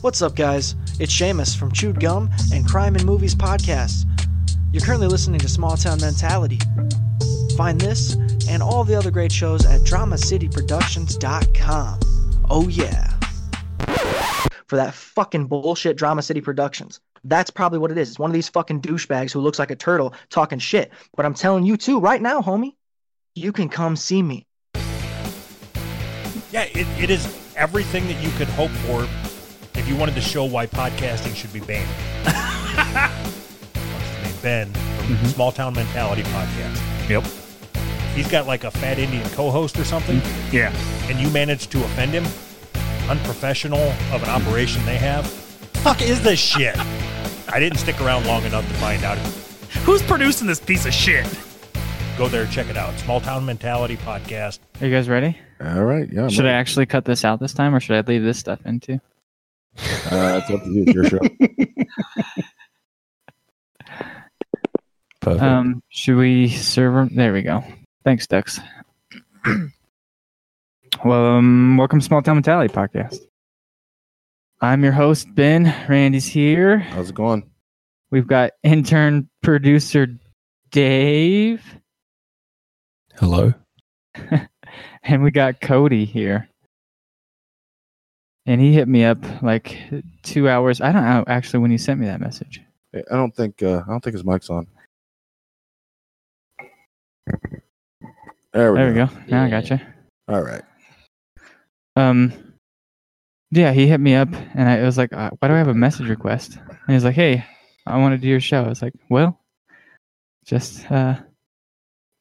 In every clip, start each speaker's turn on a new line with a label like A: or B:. A: What's up, guys? It's Seamus from Chewed Gum and Crime and Movies Podcast. You're currently listening to Small Town Mentality. Find this and all the other great shows at DramaCityProductions.com. Oh, yeah. For that fucking bullshit Drama City Productions. That's probably what it is. It's one of these fucking douchebags who looks like a turtle talking shit. But I'm telling you, too, right now, homie, you can come see me.
B: Yeah, it, it is everything that you could hope for if you wanted to show why podcasting should be banned. What's his name? Ben from Small Town Mentality Podcast.
C: Yep.
B: He's got like a fat Indian co host or something,
C: Yeah.
B: and you managed to offend him. Unprofessional of an operation they have. Fuck is this shit? I didn't stick around long enough to find out.
C: Who's producing this piece of shit?
B: Go there, check it out. Small Town Mentality Podcast.
D: Are you guys ready?
E: All right. Yeah.
D: should I actually cut this out this time, or should I leave this stuff in too?
E: Uh, it's up to you. It's your show.
F: Perfect.
D: Um, should we serve 'em? There we go. Thanks, Dex. well, um, welcome, to Small Town Mentality Podcast. I'm your host, Ben. Randy's here.
E: How's it going?
D: We've got intern producer Dave,
F: Hello.
D: and we got Cody here. And he hit me up like two hours. I don't know actually when he sent me that message.
E: I don't think uh, I don't think his mic's on. There we
D: There we
E: go.
D: go. Now I gotcha.
E: All right.
D: um yeah he hit me up and i was like uh, why do i have a message request and he's like hey i want to do your show i was like well just uh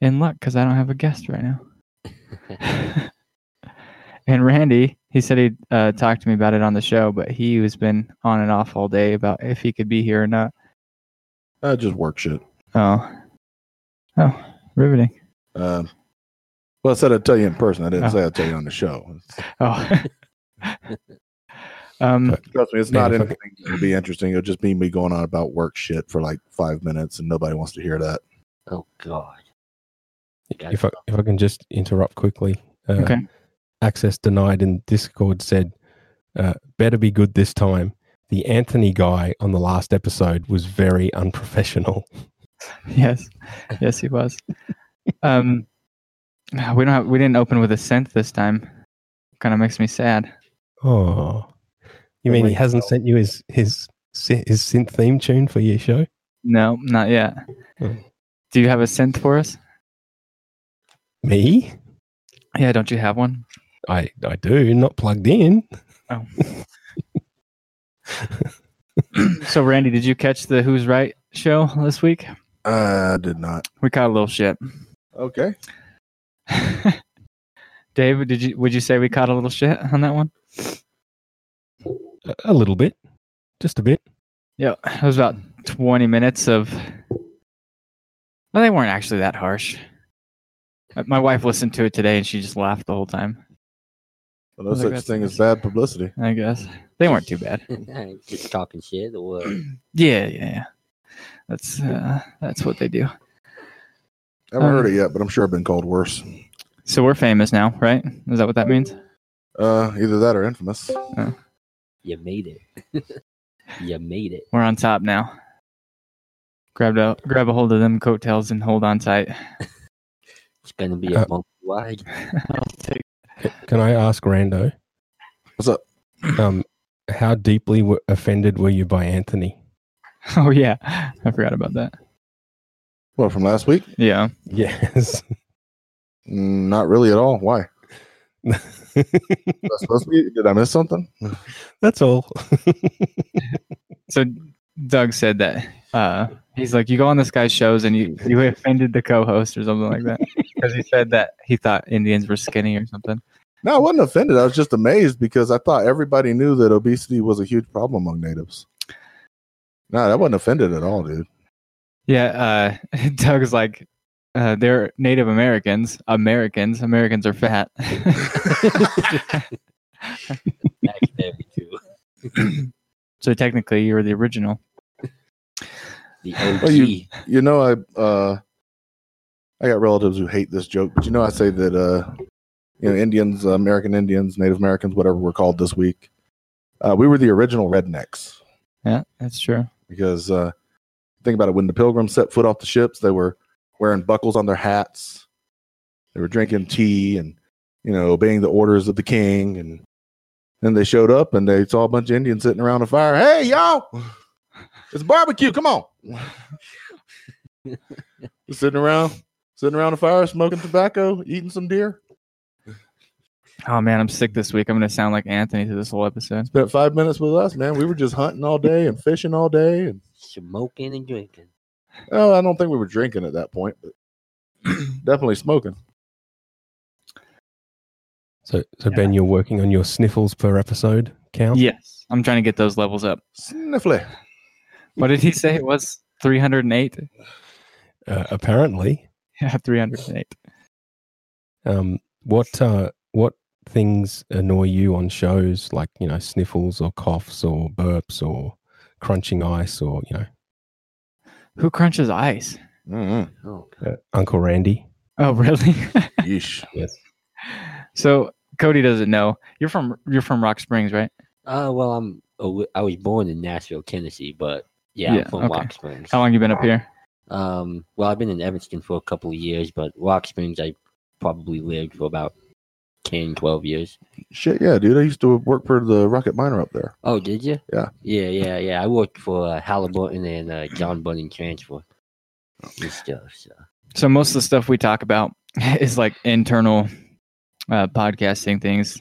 D: in luck because i don't have a guest right now and randy he said he'd uh, talk to me about it on the show but he has been on and off all day about if he could be here or not
E: Uh, just work shit.
D: oh oh riveting
E: Um, well, I said I'd tell you in person. I didn't
D: Oh.
E: say I'd tell you on the show. It's-
D: oh um
E: trust me, it's
F: Man,
E: not
F: if I
E: anything that'll be interesting. It'll just be me going on about work shit for like five minutes, and nobody wants to hear that.
G: Oh God. Okay.
F: If I, if I can just interrupt quickly. Uh,
D: Okay.
F: Access denied in Discord said, uh, better be good this time. The Anthony guy on the last episode was very unprofessional.
D: yes yes he was um ah, we don't have, we didn't open with a synth this time kind of makes me sad
F: Oh. You
E: Don't
F: mean he
E: worry.
F: hasn't sent you his, his, sy- his synth theme tune for your show?
D: no not yet
F: Hmm.
D: do you have a synth for us
F: Me?
D: yeah don't you have one
F: I, I do, not plugged in.
D: Oh. so randy did you catch the who's right show this week
E: I did not.
D: we caught a little shit
E: Okay.
D: Dave, did you would you say we caught a little shit on that one?
F: A, a little bit. Just a bit.
D: Yeah, it was about twenty minutes of. Well, they weren't actually that harsh. Uh, My wife listened to it today and she just laughed the whole time.
E: Well, no
D: I think
E: such
D: that's
E: thing
D: nice.
E: as bad publicity.
D: I guess they weren't too bad.
G: Just talking shit or
D: Yeah, yeah, yeah. That's uh, that's what they do.
E: I haven't
D: Um,
E: heard it yet, but I'm sure I've been called worse.
D: So we're famous now, right? Is that what that means?
E: Uh, either that or infamous.
G: you made it. you made it.
D: We're on top now. Grab a grab a hold of them coattails and hold on tight.
G: It's gonna be a
F: Uh,
G: month wide.
F: Can I ask Rando?
E: What's up?
F: Um, how deeply w- offended were you by Anthony?
D: Oh yeah, I forgot about that.
E: What from last week?
D: Yeah,
F: Yes.
E: Mm, not really at all. Why? Was I supposed to be? Did I miss something?
F: That's all.
D: so Doug said that uh, he's like, you go on this guy's shows and you you offended the co-host or something like that because he said that he thought Indians were skinny or something.
E: No, I wasn't offended. I was just amazed because I thought everybody knew that obesity was a huge problem among natives. No, that wasn't offended at all, dude.
D: Yeah, uh, Doug's like, uh, they're Native Americans. Americans, Americans are fat.
G: Back there too.
D: so technically, you were the original.
G: The OG.
E: Well, you- You know, I uh, I got relatives who hate this joke, but you know, I say that uh, you know, Indians, uh, American Indians, Native Americans, whatever we're called this week, Uh, we were the original rednecks.
D: Yeah, that's true.
E: because uh, think about it when the pilgrims set foot off the ships they were wearing buckles on their hats they were drinking tea and you know obeying the orders of the king and then they showed up and they saw a bunch of indians sitting around a fire hey y'all it's barbecue come on sitting around sitting around a fire smoking tobacco eating some deer
D: Oh man, I'm sick this week. I'm gonna sound like Anthony through this whole episode.
E: spent five minutes with us man we were just hunting all day and fishing all day and
G: Smoking and drinking.
E: oh i don't think we were drinking at that point but definitely smoking
F: So, so Ben, you're working on your sniffles per episode count.
D: Yes, I'm trying to get those levels up.
E: sniffly
D: What did he say? It was 308.
F: Uh, apparently,
D: Yeah, 308.
F: um, what uh, what things annoy you on shows like you know sniffles or coughs or burps or crunching ice or you know
D: Who crunches ice?
E: mm
G: Oh, God.
F: uh, Uncle Randy?
D: Oh, really?
E: Yeesh.
F: Yes.
D: so Cody doesn't know. You're from you're from Rock Springs, right?
G: Uh, well, I'm. a wi- I was born in Nashville, Tennessee, but yeah,
D: Yeah,
G: I'm from
D: okay.
G: Rock Springs.
D: How long you been up here?
G: Um, well, I've been in Evanston for a couple of years, but Rock Springs, I probably lived for about 10, 12 years.
E: Shit, yeah, dude. I used to work for the Rocket Miner up there.
G: Oh, did you?
E: Yeah.
G: Yeah, yeah, yeah. I worked for uh, Halliburton and uh, John Bunning Transport and stuff. So.
D: So most of the stuff we talk about is like internal uh, podcasting things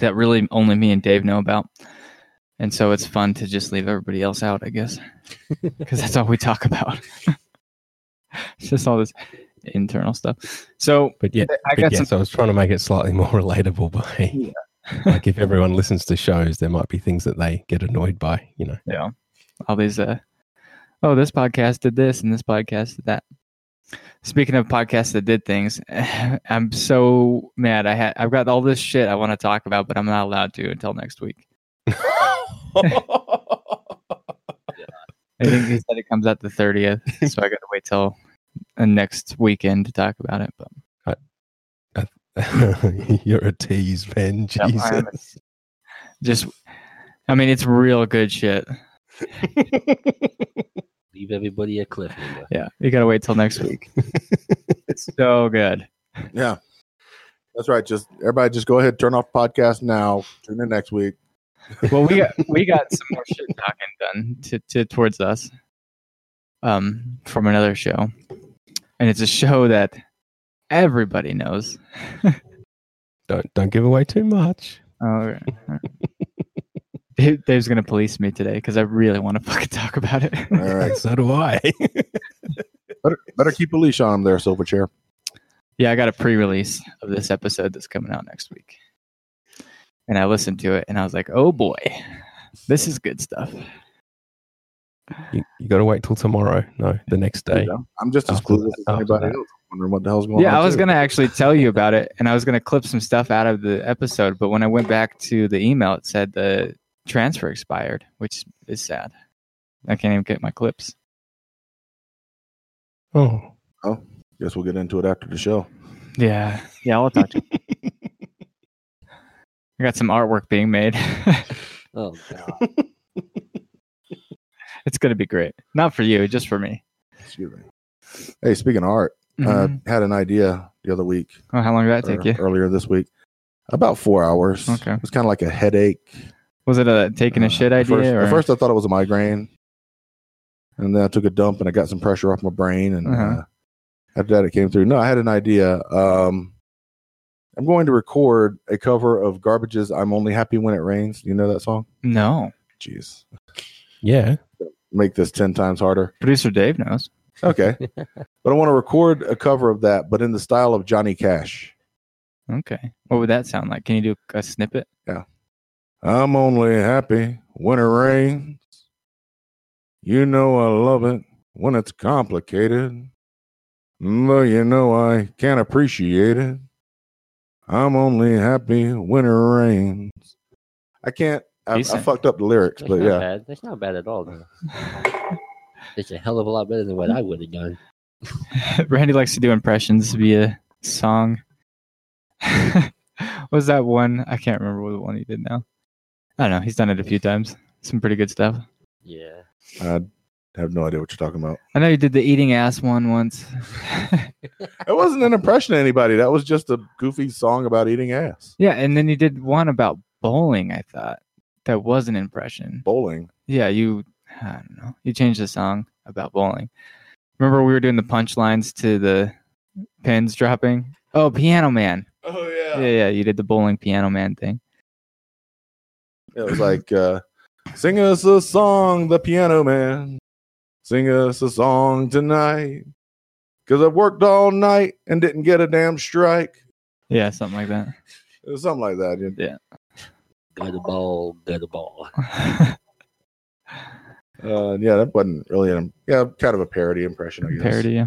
D: that really only me and Dave know about, and so it's fun to just leave everybody else out, I guess, because that's all we talk about. it's just all this internal stuff. So
F: But yeah,
D: I
F: but
D: got
F: yes,
D: some.
F: I was trying to make it slightly more relatable by like if everyone listens to shows, there might be things that they get annoyed by. You know,
D: Yeah. All these uh oh, this podcast did this and this podcast did that. Speaking of podcasts that did things, I'm so mad. I had I've got all this shit I want to talk about, but I'm not allowed to until next week. I think he said it comes out the 30th, so I got to wait till uh, next weekend to talk about it. But
F: you're a tease, Ben.
D: Yep,
F: Jesus.
D: I am. just, I mean, it's real good shit.
G: Leave everybody a cliffhanger.
D: Yeah, you got to wait till next week. it's so good.
E: Yeah. That's right. Just everybody just go ahead, turn off podcast now. Tune in next week.
D: well, we got we got some more shit talking done to, to towards us, um, from another show, and it's a show that everybody knows.
F: Don't don't give away too much.
D: Oh, Dave, Dave's gonna police me today because I really want to fucking talk about it.
E: All right.
F: So do I.
E: better, better keep a leash on him there, Silverchair.
D: yeah, I got a pre-release of this episode that's coming out next week, and I listened to it and I was like, oh boy, this is good stuff.
F: you, you got to wait till tomorrow. No, the next day.
E: I'm just as
F: After
E: clueless as
F: that- after
E: anybody
F: that.
E: else. Wondering what the hell's going on.
D: Yeah, I was
E: too.
D: gonna actually tell you about it, and I was gonna clip some stuff out of the episode, but when I went back to the email, it said the transfer expired, which is sad. I can't even get my clips.
F: Oh,
E: Guess we'll get into it after the show.
D: Yeah, yeah, I'll talk to you. I got some artwork being made.
G: Oh, God.
D: it's gonna be great. Not for you, just for me.
E: Excuse me. Hey, speaking of art,
D: Mhm.
E: I had an idea the other week.
D: oh, how long did that take
E: Uh, or
D: you?
E: Earlier this week. About four hours.
D: Okay.
E: It was kind of like a headache.
D: Was it a taking
E: Uh,
D: a shit
E: at
D: idea?
E: First,
D: or?
E: At first, I thought it was a migraine, and then I took a dump and I got some pressure off my brain, and uh
D: Uh-huh.
E: after that, it came through. No, I had an idea. Um, I'm going to record a cover of Garbage's "I'm Only Happy When It Rains." You know that song?
D: no,
E: Jeez,
F: yeah.
E: make this ten times harder.
D: producer Dave knows.
E: Okay, but I want to record a cover of that, but in the style of Johnny Cash.
D: Okay, what would that sound like? Can you do a snippet?
E: I'm only happy when it rains. You know I love it when it's complicated. Though you know I can't appreciate it. I'm only happy when it rains. I can't. I, I
D: Decent.
E: fucked up the lyrics,
G: That's
E: but
G: not
E: yeah.
G: bad. That's not bad at all. Though. It's a hell of a lot better than what I would have done.
D: Randy likes to do impressions via song. What was that one? I can't remember what the one he did now. I don't know. He's done it a few times. Some pretty good stuff.
G: Yeah.
E: I have no idea what you're talking about.
D: I know you did the eating ass one once.
E: It wasn't an impression to anybody. That was just a goofy song about eating ass.
D: yeah, and then you did one about bowling. I thought that was an impression.
E: Bowling.
D: Yeah, you. I don't know. You changed the song about bowling. Remember we were doing the punchlines to the pins dropping. Oh, Piano Man.
E: Oh
D: Yeah, yeah. You did the bowling Piano Man thing.
E: It was like, uh, sing us a song, the piano man. Sing us a song tonight. Because I've worked all night and didn't get a damn strike.
D: Yeah, something like that.
E: It was something like that. dude.
G: Go to the ball, go to the ball.
E: Uh, yeah, that wasn't really an, yeah, kind of a parody impression, I guess.
D: Parody. Yeah.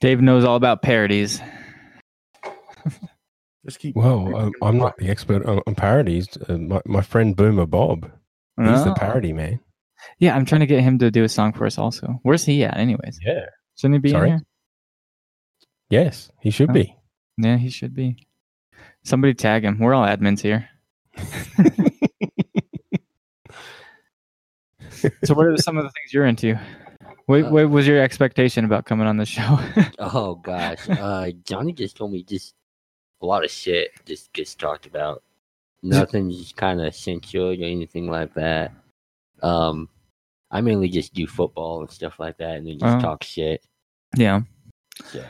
D: Dave knows all about parodies.
E: Just keep.
F: Well, um, I'm not the expert on, on parodies. Uh, my, my friend Boomer Bob, he's the
E: Ah.
D: Oh.
F: parody man.
D: Yeah, I'm trying to get him to do a song for us. Also, where's he at? Anyways,
F: Yeah.
D: shouldn't he be
F: Sorry?
D: in
F: Yes, he should
D: Oh.
F: be.
E: Ah.
D: here? Yeah, he should be. Somebody tag him. We're all admins here. so, what are some of the things you're into? What,
G: Uh,
D: what was your expectation about coming on the show?
G: Oh gosh. Uh Johnny just told me just a lot of shit just gets talked about. Nothing's kinda censored or anything like that. Um I mainly just do football and stuff like that and then just
D: Oh.
G: talk shit.
D: yeah,
G: So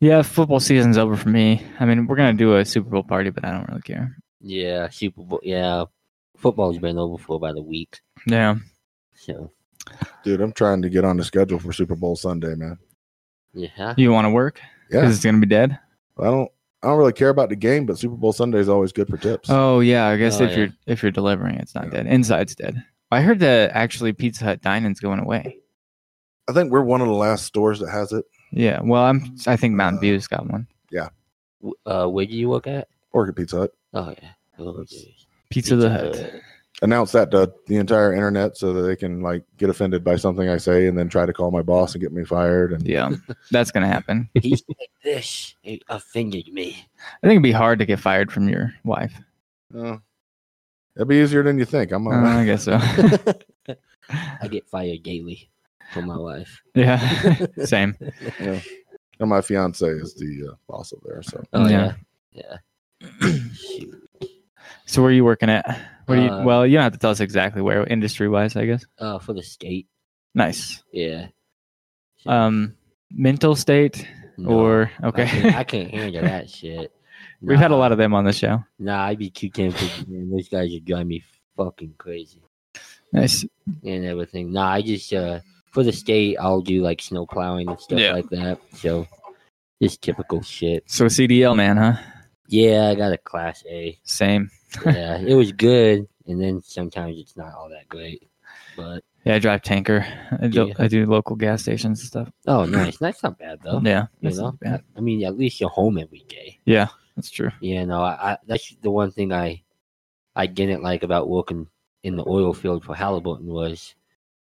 D: yeah. Football season's over for me. I mean, we're gonna do a Super Bowl party, but I don't really care.
G: yeah, Super Bowl yeah. Football's been over for about a week.
D: Yeah,
G: So
E: Dude, I'm trying to get on the schedule for Super Bowl Sunday, man.
G: yeah.
D: you want to work?
E: Yeah.
D: Because it's gonna be dead.
E: I don't. I don't really care about the game, but Super Bowl Sunday is always good for tips.
D: Oh yeah, I guess
G: Oh,
D: if
G: yeah.
D: you're if you're delivering, it's not
E: Yeah.
D: dead. Inside's dead. I heard that actually Pizza Hut dining's going away.
E: I think we're one of the last stores that has it.
D: Yeah, well, I'm I think Mountain
E: Uh,
D: View's got one.
G: W- Uh where do you work at?
E: Or at Pizza Hut.
G: Oh yeah. Oh,
E: That's-
G: geez.
D: Pizza the
G: Pizza
D: Hut.
G: Hut.
E: Announce that to the entire internet so that they can like get offended by something I say and then try to call my boss and get me fired. And
D: Yeah, that's gonna happen.
G: He said this. It offended me.
D: I think it'd be hard to get fired from your wife.
E: Uh, it'll be easier than you think.
G: Oh,
E: I'm.
D: Uh, I guess so.
G: I get fired daily from my wife.
D: yeah, same.
E: and my fiance is the uh, boss over there. So
G: Oh
D: Yeah.
G: yeah. Yeah. Shoot.
D: So where are you working at? What do you?
G: Uh,
D: well, you don't have to tell us exactly where industry wise, I guess.
G: Uh, for the state.
D: Nice.
G: Yeah. So,
D: Um, mental state
G: no,
D: or
G: I
D: okay.
G: can't, I can't handle that shit.
D: We've had a lot of them on the show.
G: Nah, I'd be too tempted. Man. Those guys are driving me fucking crazy
D: Nice.
G: and everything. Nah, I just uh for the state, I'll do like snow plowing and stuff
D: Yeah.
G: like that. So just typical shit.
D: So CDL man, huh?
G: Yeah, I got a class A.
D: Same.
G: Yeah, it was good, and then sometimes it's not all that great. But
D: Yeah, I drive tanker. I do,
G: Yeah.
D: I do local gas stations and stuff.
G: oh, nice. That's not bad though.
D: yeah,
G: you
D: that's
G: know,
D: not bad.
G: I mean, at least you're home every day.
D: Yeah, that's true.
G: You know, I, I that's the one thing I I didn't like about working in the oil field for Halliburton was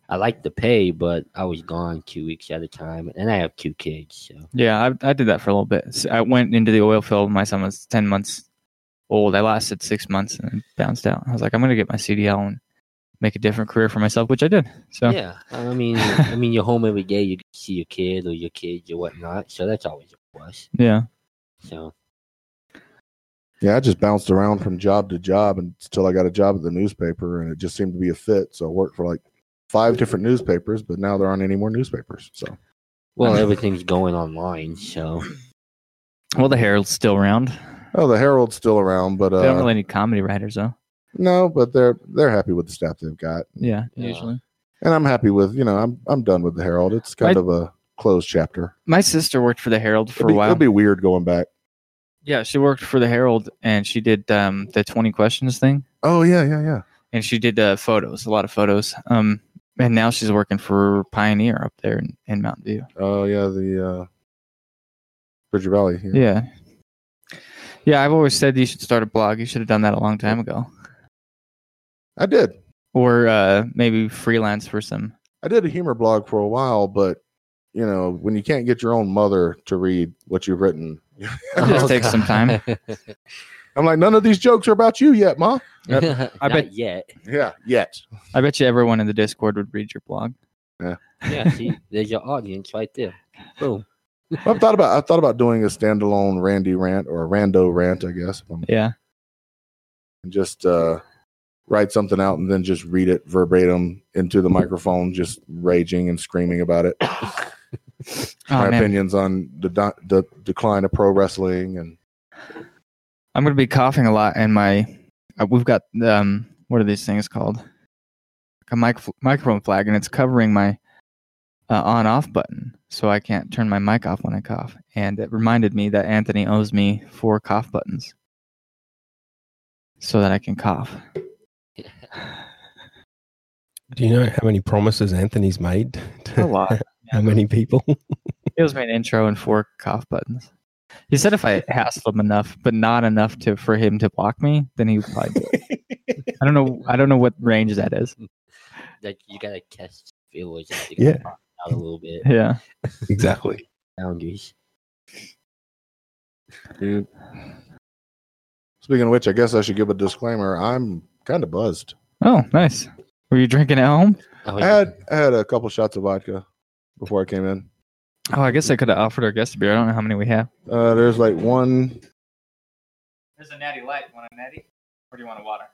G: I liked the pay, but I was gone two weeks at a time, and I have two kids, so
D: Yeah, I, I did that for a little bit. So I went into the oil field. when My son was ten months old. I lasted six months and then bounced out. I was like, I'm gonna get my CDL and make a different career for myself, which I did. So
G: yeah. I mean, I mean, you're home every day. You can see your kid or your kids or whatnot, so that's always a plus.
D: yeah,
G: So
E: yeah, I just bounced around from job to job until I got a job at the newspaper, and it just seemed to be a fit. So I worked for like five different newspapers, but now there aren't any more newspapers. So
G: well, everything's going online, so
D: Well, the Herald's still around.
E: oh, the Herald's still around, but uh,
D: they don't really need comedy writers though.
E: no, but they're they're happy with the staff they've got.
D: Yeah,
G: Yeah.
D: usually.
E: and I'm happy with you know I'm I'm done with the Herald. It's kind
D: I-
E: of a closed chapter.
D: My sister worked for the Herald for
E: it'll be,
D: a while.
E: it'll be weird going back.
D: yeah, she worked for the Herald and she did um, the 20 questions thing.
E: Oh yeah, yeah, yeah.
D: and she did uh, photos, a lot of photos. Um, and now she's working for Pioneer up there in, in Mountain View.
E: Oh yeah, the uh, Bridger Valley. Yeah.
D: Yeah, yeah. I've always said you should start a blog. You should have done that a long time ago,
E: I did.
D: or uh, maybe freelance for some.
E: I did a humor blog for a while, but you know when you can't get your own mother to read what you've written,
D: It just takes some time.
E: I'm like, none of these jokes are about you yet, Ma.
D: I
G: Not
D: bet-
G: yet.
E: Yeah, yet.
D: I bet you everyone in the Discord would read your blog.
G: Yeah, see, there's your audience right there. Boom.
E: I've thought about I've thought about doing a standalone Randy rant or a rando rant, I guess, um,
D: Yeah.
E: and just uh, write something out and then just read it verbatim into the microphone, just raging and screaming about it.
D: Oh,
E: My
D: man.
E: opinions on the di- the decline of pro wrestling and
D: I'm going to be coughing a lot, and my uh, we've got um what are these things called? Like a mic- microphone flag, and it's covering my uh, on-off button, so I can't turn my mic off when I cough. And it reminded me that Anthony owes me four cough buttons, so that I can cough.
F: Do you know how many promises Anthony's made? To
E: Oh,
D: A lot.
F: How many people?
D: He owes me an intro and four cough buttons. He said if I hassle him enough, but not enough to for him to block me, then he would probably. Do it. I don't know. I don't know what range that is.
G: Like you gotta test feelers out. You
F: Yeah.
G: gotta pop out a little bit.
D: Yeah.
F: exactly.
G: Boundaries.
E: dude. Speaking of which, I guess I should give a disclaimer. I'm kind of buzzed.
D: Oh, nice. Were you drinking at home?
G: Oh,
E: I had I had a couple shots of vodka before I came in.
D: Oh, I guess I could have offered our guest a beer. I don't know how many we have.
E: Uh, there's like one
D: There's a natty light. Want a natty? Or do you want a water?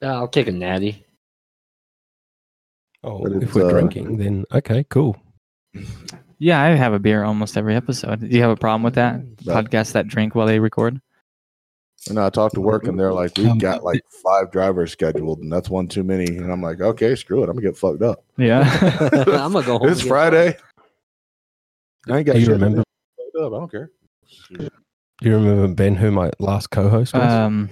G: yeah. I'll take a natty.
F: Oh,
E: But
F: if
E: it's,
F: we're
E: uh,
F: drinking, then okay, cool.
D: Yeah, I have a beer almost every episode. Do you have a problem with that?
E: No.
D: Podcasts that drink while they record?
E: And I talked to work, and they're like, "We've
F: Um,
E: got like five drivers scheduled, and that's one too many." And I'm like, "Okay, screw it. I'm gonna get fucked up."
D: Yeah.
G: I'm gonna go home.
E: It's
G: and get
E: Friday. I ain't got
F: Do you
E: shit to
F: remember-
E: do. Fucked up. I don't care.
F: Do you remember Ben, who my last co-host was?
E: Uh.
D: um,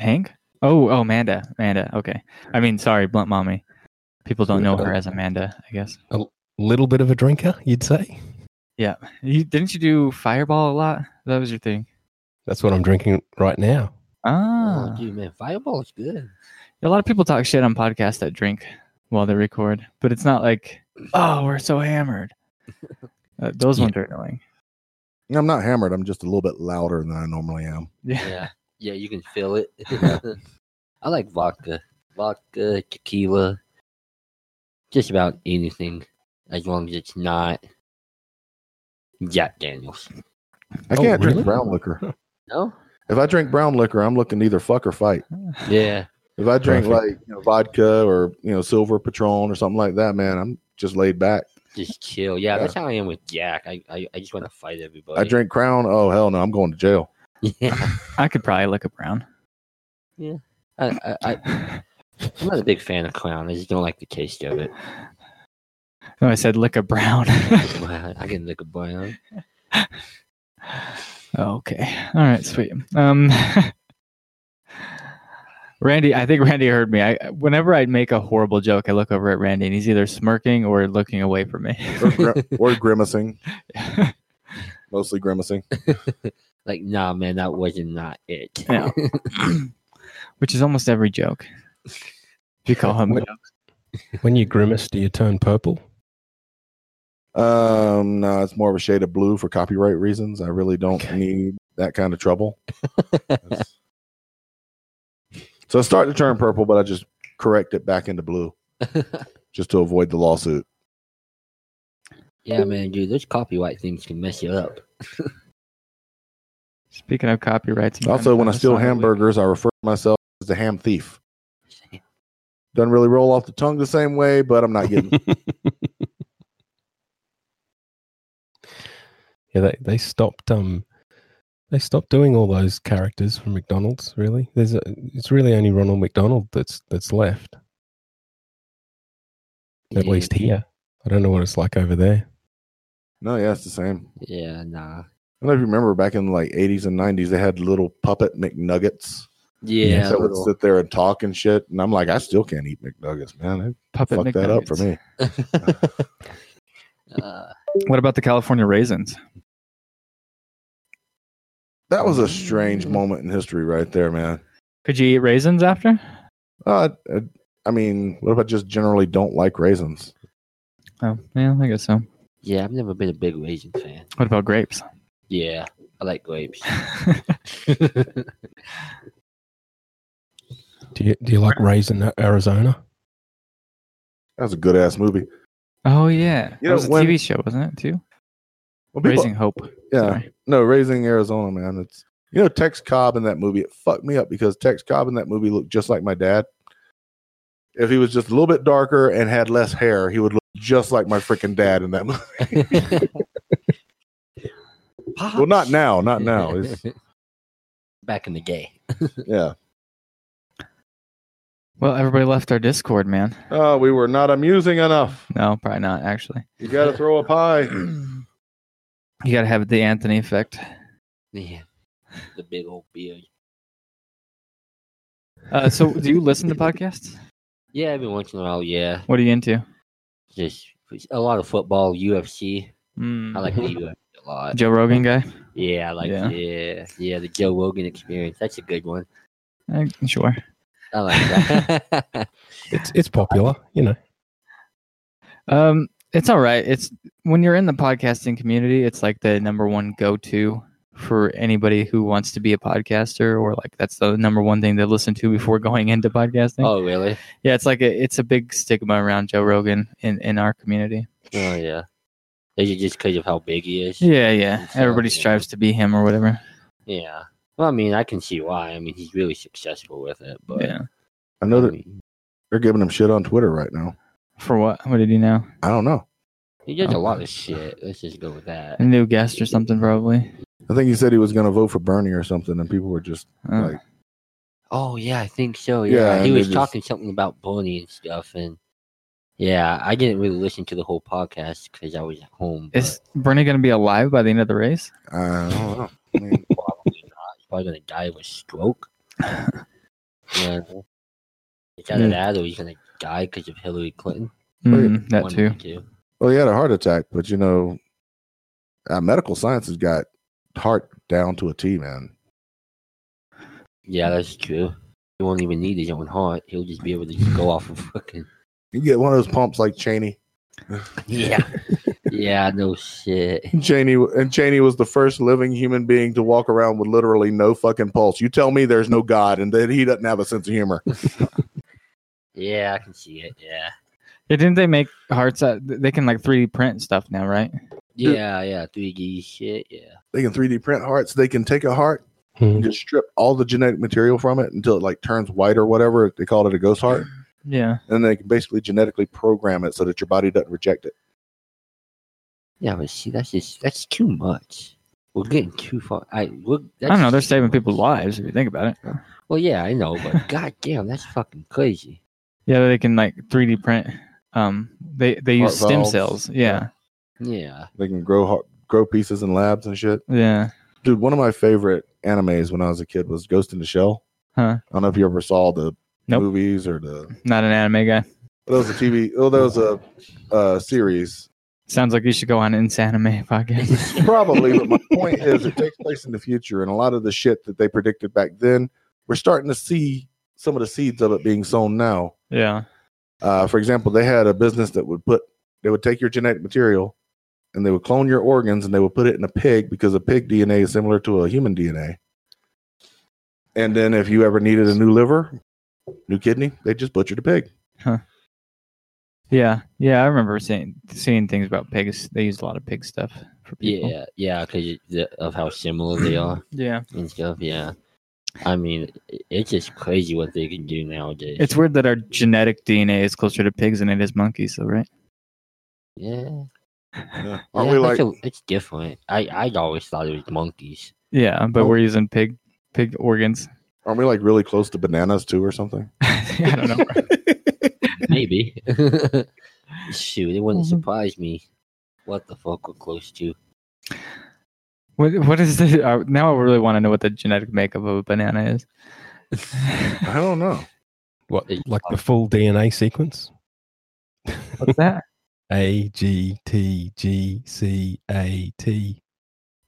D: Hank? Oh, oh, Amanda. Amanda. Okay. I mean, sorry, Blunt Mommy. People don't know her as Amanda, I guess.
F: Little bit of a drinker, you'd say.
D: You, didn't you do Fireball a lot? That was your thing.
F: That's what I'm drinking right now.
D: Ah.
G: Oh, dude, man, Fireball is good.
D: A lot of people talk shit on podcasts that drink while they record, but it's not like, oh, we're so hammered. Uh, those
F: Yeah.
D: ones are annoying.
E: And I'm not hammered. I'm just a little bit louder than I normally am.
D: Yeah.
G: Yeah, yeah, you can feel it. I like vodka, vodka, tequila, just about anything, as long as it's not Jack Daniels.
E: I
F: Oh,
E: can't
F: really?
E: drink brown liquor.
G: No.
E: If I drink brown liquor, I'm looking to either fuck or fight.
G: Yeah.
E: If I drink
F: Perfect.
E: like you know, vodka or you know silver Patron or something like that, man, I'm just laid back.
G: Just chill. Yeah,
E: Yeah.
G: that's how I am with Jack. I, I, I just want to fight everybody.
E: I drink Crown. Oh hell no, I'm going to jail.
G: Yeah.
D: I could probably look at Brown.
G: I, I, I, I'm not a big fan of clown. I just don't like the taste of it.
D: No, I said lick a brown.
G: I can lick a brown.
D: okay. All right, sweet. Um Randy, I think Randy heard me. I whenever I make a horrible joke, I look over at Randy and he's either smirking or looking away from me.
E: Or, gr- or grimacing, mostly grimacing.
G: Like, nah, man, that wasn't not it.
D: Yeah. Which is almost every joke. If you call him
F: Wait. When you grimace, do you turn purple?
E: Um, no, it's more of a shade of blue for copyright reasons. I really don't need that kind of trouble. so I start to turn purple, but I just correct it back into blue just to avoid the lawsuit.
G: yeah, man, dude, those copyright things can mess you up.
D: Speaking of copyrights, I'm
E: Also,
D: gonna
E: when I
D: find a
E: steal
D: song that we-
E: hamburgers, I refer to myself as the ham thief. Doesn't really roll off the tongue the same way, but I'm not getting.
F: Yeah, they, they stopped um they stopped doing all those characters from McDonald's. Really, there's a, it's really only Ronald McDonald that's that's left. At
G: Yeah.
F: least here, I don't know what it's like over there.
E: no, yeah, it's the same.
G: Yeah, nah.
E: I don't know if you remember back in like 80s and 90s, they had little puppet McNuggets
G: Yeah,
E: that would
G: little-
E: sit there and talk and shit. And I'm like, I still can't eat McNuggets, man. They
D: Puppet
E: fucked that up for
D: McNuggets.
E: me.
G: uh,
D: What about the California raisins?
E: That was
D: Mm.
E: a strange moment in history, right there, man.
D: Could you eat raisins after?
E: Uh, uh, I mean, what if I just generally don't like raisins?
D: Oh, yeah, I guess so.
G: yeah, I've never been a big raisin fan.
D: What about grapes?
G: Yeah, I like grapes.
F: Do you do you like Raisin uh, Arizona?
E: That's a good ass movie.
D: oh yeah, it
E: You know,
D: was a
E: when-
D: TV show, wasn't it too?
E: Well, people-
D: Raising Hope.
E: yeah,
D: Sorry.
E: no, Raising Arizona, man. It's you know Tex Cobb in that movie. It fucked me up because Tex Cobb in that movie looked just like my dad. If he was just a little bit darker and had less hair, he would look just like my freaking dad in that movie. Well, not now, not now. It's,
G: Back in the day.
E: yeah.
D: Well, everybody left our Discord, man.
E: Oh, we were not amusing enough.
D: No, probably not actually.
E: You got to throw a pie.
D: you gotta have the Anthony effect.
G: Yeah. The big old beard.
D: Uh, so, do you listen to podcasts?
G: Yeah, every once in a while, yeah.
D: What are you into?
G: Just a lot of football, UFC.
D: Mm,
G: I like the UFC a lot.
D: Joe Rogan guy.
G: Yeah, I like
D: Yeah.
G: yeah. yeah. the Joe Rogan experience. That's a good one.
D: Uh, sure.
G: I like that.
F: It's it's popular, you know.
D: Um, it's all right. It's when you're in the podcasting community, it's like the number one go to for anybody who wants to be a podcaster, or like that's the number one thing to listen to before going into podcasting.
G: oh really?
D: Yeah, it's like a, it's a big stigma around Joe Rogan in in our community.
G: Oh yeah. Is it just because of how big he is?
D: Yeah, yeah. Everybody
G: Exactly.
D: strives to be him or whatever.
G: Yeah. Well, I mean, I can see why. I mean, he's really successful with it, but
D: yeah.
E: I know
G: I
E: that
G: mean,
E: they're giving him shit on Twitter right now.
D: For what? What did you know?
E: I don't know.
G: he does
D: Oh.
G: a lot of shit. Let's just go with that.
D: A new guest or something probably.
E: I think he said he was going to vote for Bernie or something, and people were just
D: Uh,
E: like,
G: Oh yeah, I think so.
E: Yeah,
G: Yeah, he
E: and
G: was
E: they just-
G: talking something about Bonnie and stuff, and yeah, I didn't really listen to the whole podcast because I was at home. but
D: Is Bernie going to be alive by the end of the race?
E: I don't know. I mean,
G: probably not. He's probably gonna die of a stroke. yeah. It's either
D: Yeah.
G: that or he's gonna die because of Hillary Clinton.
D: Mm, that
G: One of
D: too.
G: the two.
E: Well, he had a heart attack, but you know, uh, medical science has got heart down to a T, man.
G: Yeah, that's true. He won't even need his own heart. He'll just be able to just go off of fucking.
E: You get one of those pumps like Cheney.
G: Yeah. yeah. No shit.
E: Cheney and Cheney was the first living human being to walk around with literally no fucking pulse. You tell me there's no God and that he doesn't have a sense of humor.
G: Yeah, I can see it. Yeah.
D: Yeah, didn't they make hearts? Out, they can like 3D print stuff now, right?
G: Yeah, yeah. 3D shit. Yeah.
E: They can 3D print hearts. They can take a heart and just strip all the genetic material from it until it like turns white or whatever. They called it a ghost heart.
D: Yeah.
E: And they can basically genetically program it so that your body doesn't reject it.
G: Yeah, but see, that's just that's too much. We're getting too far. I we're,
D: I
G: that's
D: don't know. They're
G: just-
D: saving people's lives if you think about it.
G: Well, yeah, I know, but goddamn, that's fucking crazy.
D: Yeah, they can like 3D print. Um, they they
E: Heart
D: use stem
E: valves.
D: cells. Yeah,
G: Yeah.
E: They can grow heart, grow pieces in labs and shit.
D: yeah.
E: dude one of my favorite animes when i was a kid was ghost in the shell
D: Huh.
E: i don't know if you ever saw the
D: Nope.
E: movies or the
D: Not an anime guy.
E: well, that was a tv oh that was a uh, series
D: Sounds like you should go on Insanime podcast.
E: probably but my point is it takes place in the future and a lot of the shit that they predicted back then we're starting to see some of the seeds of it being sown now
D: yeah.
E: uh, for example they had a business that would put they would take your genetic material and they would clone your organs and they would put it in a pig because a pig dna is similar to a human dna and then if you ever needed a new liver new kidney they just butchered a pig
D: Yeah. Yeah. I remember seeing seeing things about pigs. They use a lot of pig stuff for people.
G: Yeah, yeah, because of how similar they are
D: Yeah.
G: and stuff. Yeah, I mean, i- it's just crazy what they can do nowadays.
D: It's weird that our genetic DNA is closer to pigs than it is monkeys, though, right?
G: yeah,
E: aren't
G: yeah,
E: we
G: it's
E: like
G: a- it's different. I I always thought it was monkeys.
D: Yeah, but
E: Oh.
D: we're using pig pig organs.
E: aren't we like really close to bananas too or something
D: I don't know.
G: Maybe. Shoot, it
D: Mm-hmm.
G: wouldn't surprise me. What the fuck we're close to?
D: What what is the uh, now? I really want to know what the genetic makeup of a banana is.
E: i don't know
F: What
G: It-
F: like the full DNA sequence?
D: What's that?
F: A G T G C A T.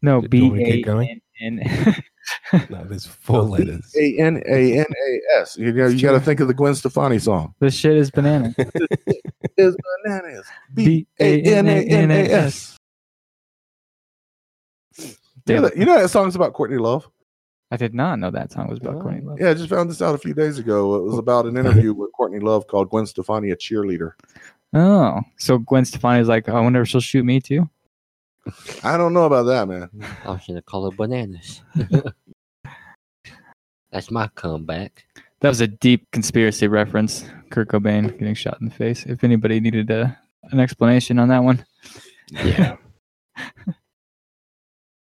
D: No,
F: Do you want me to
D: B
F: keep
D: A
F: going?
D: N N.
F: No, there's four letters.
E: a-n-a-n-a-s you know you got to think of the gwen stefani song
D: The shit is banana.
E: is bananas
D: B A N A N A S.
E: You know
D: Damn.
E: that, you know that song's about Courtney Love?
D: I did not know that song was about Courtney Love.
E: Yeah, I just found this out a few days ago. It was about an interview with Courtney Love called Gwen Stefani a Cheerleader.
D: Oh, so Gwen Stefani's like, I wonder if she'll shoot me too.
E: I don't know about that, man.
G: I was gonna call her bananas. That's my comeback.
D: That was a deep conspiracy reference. Kurt Cobain getting shot in the face. If anybody needed a, an explanation on that one,
G: Yeah.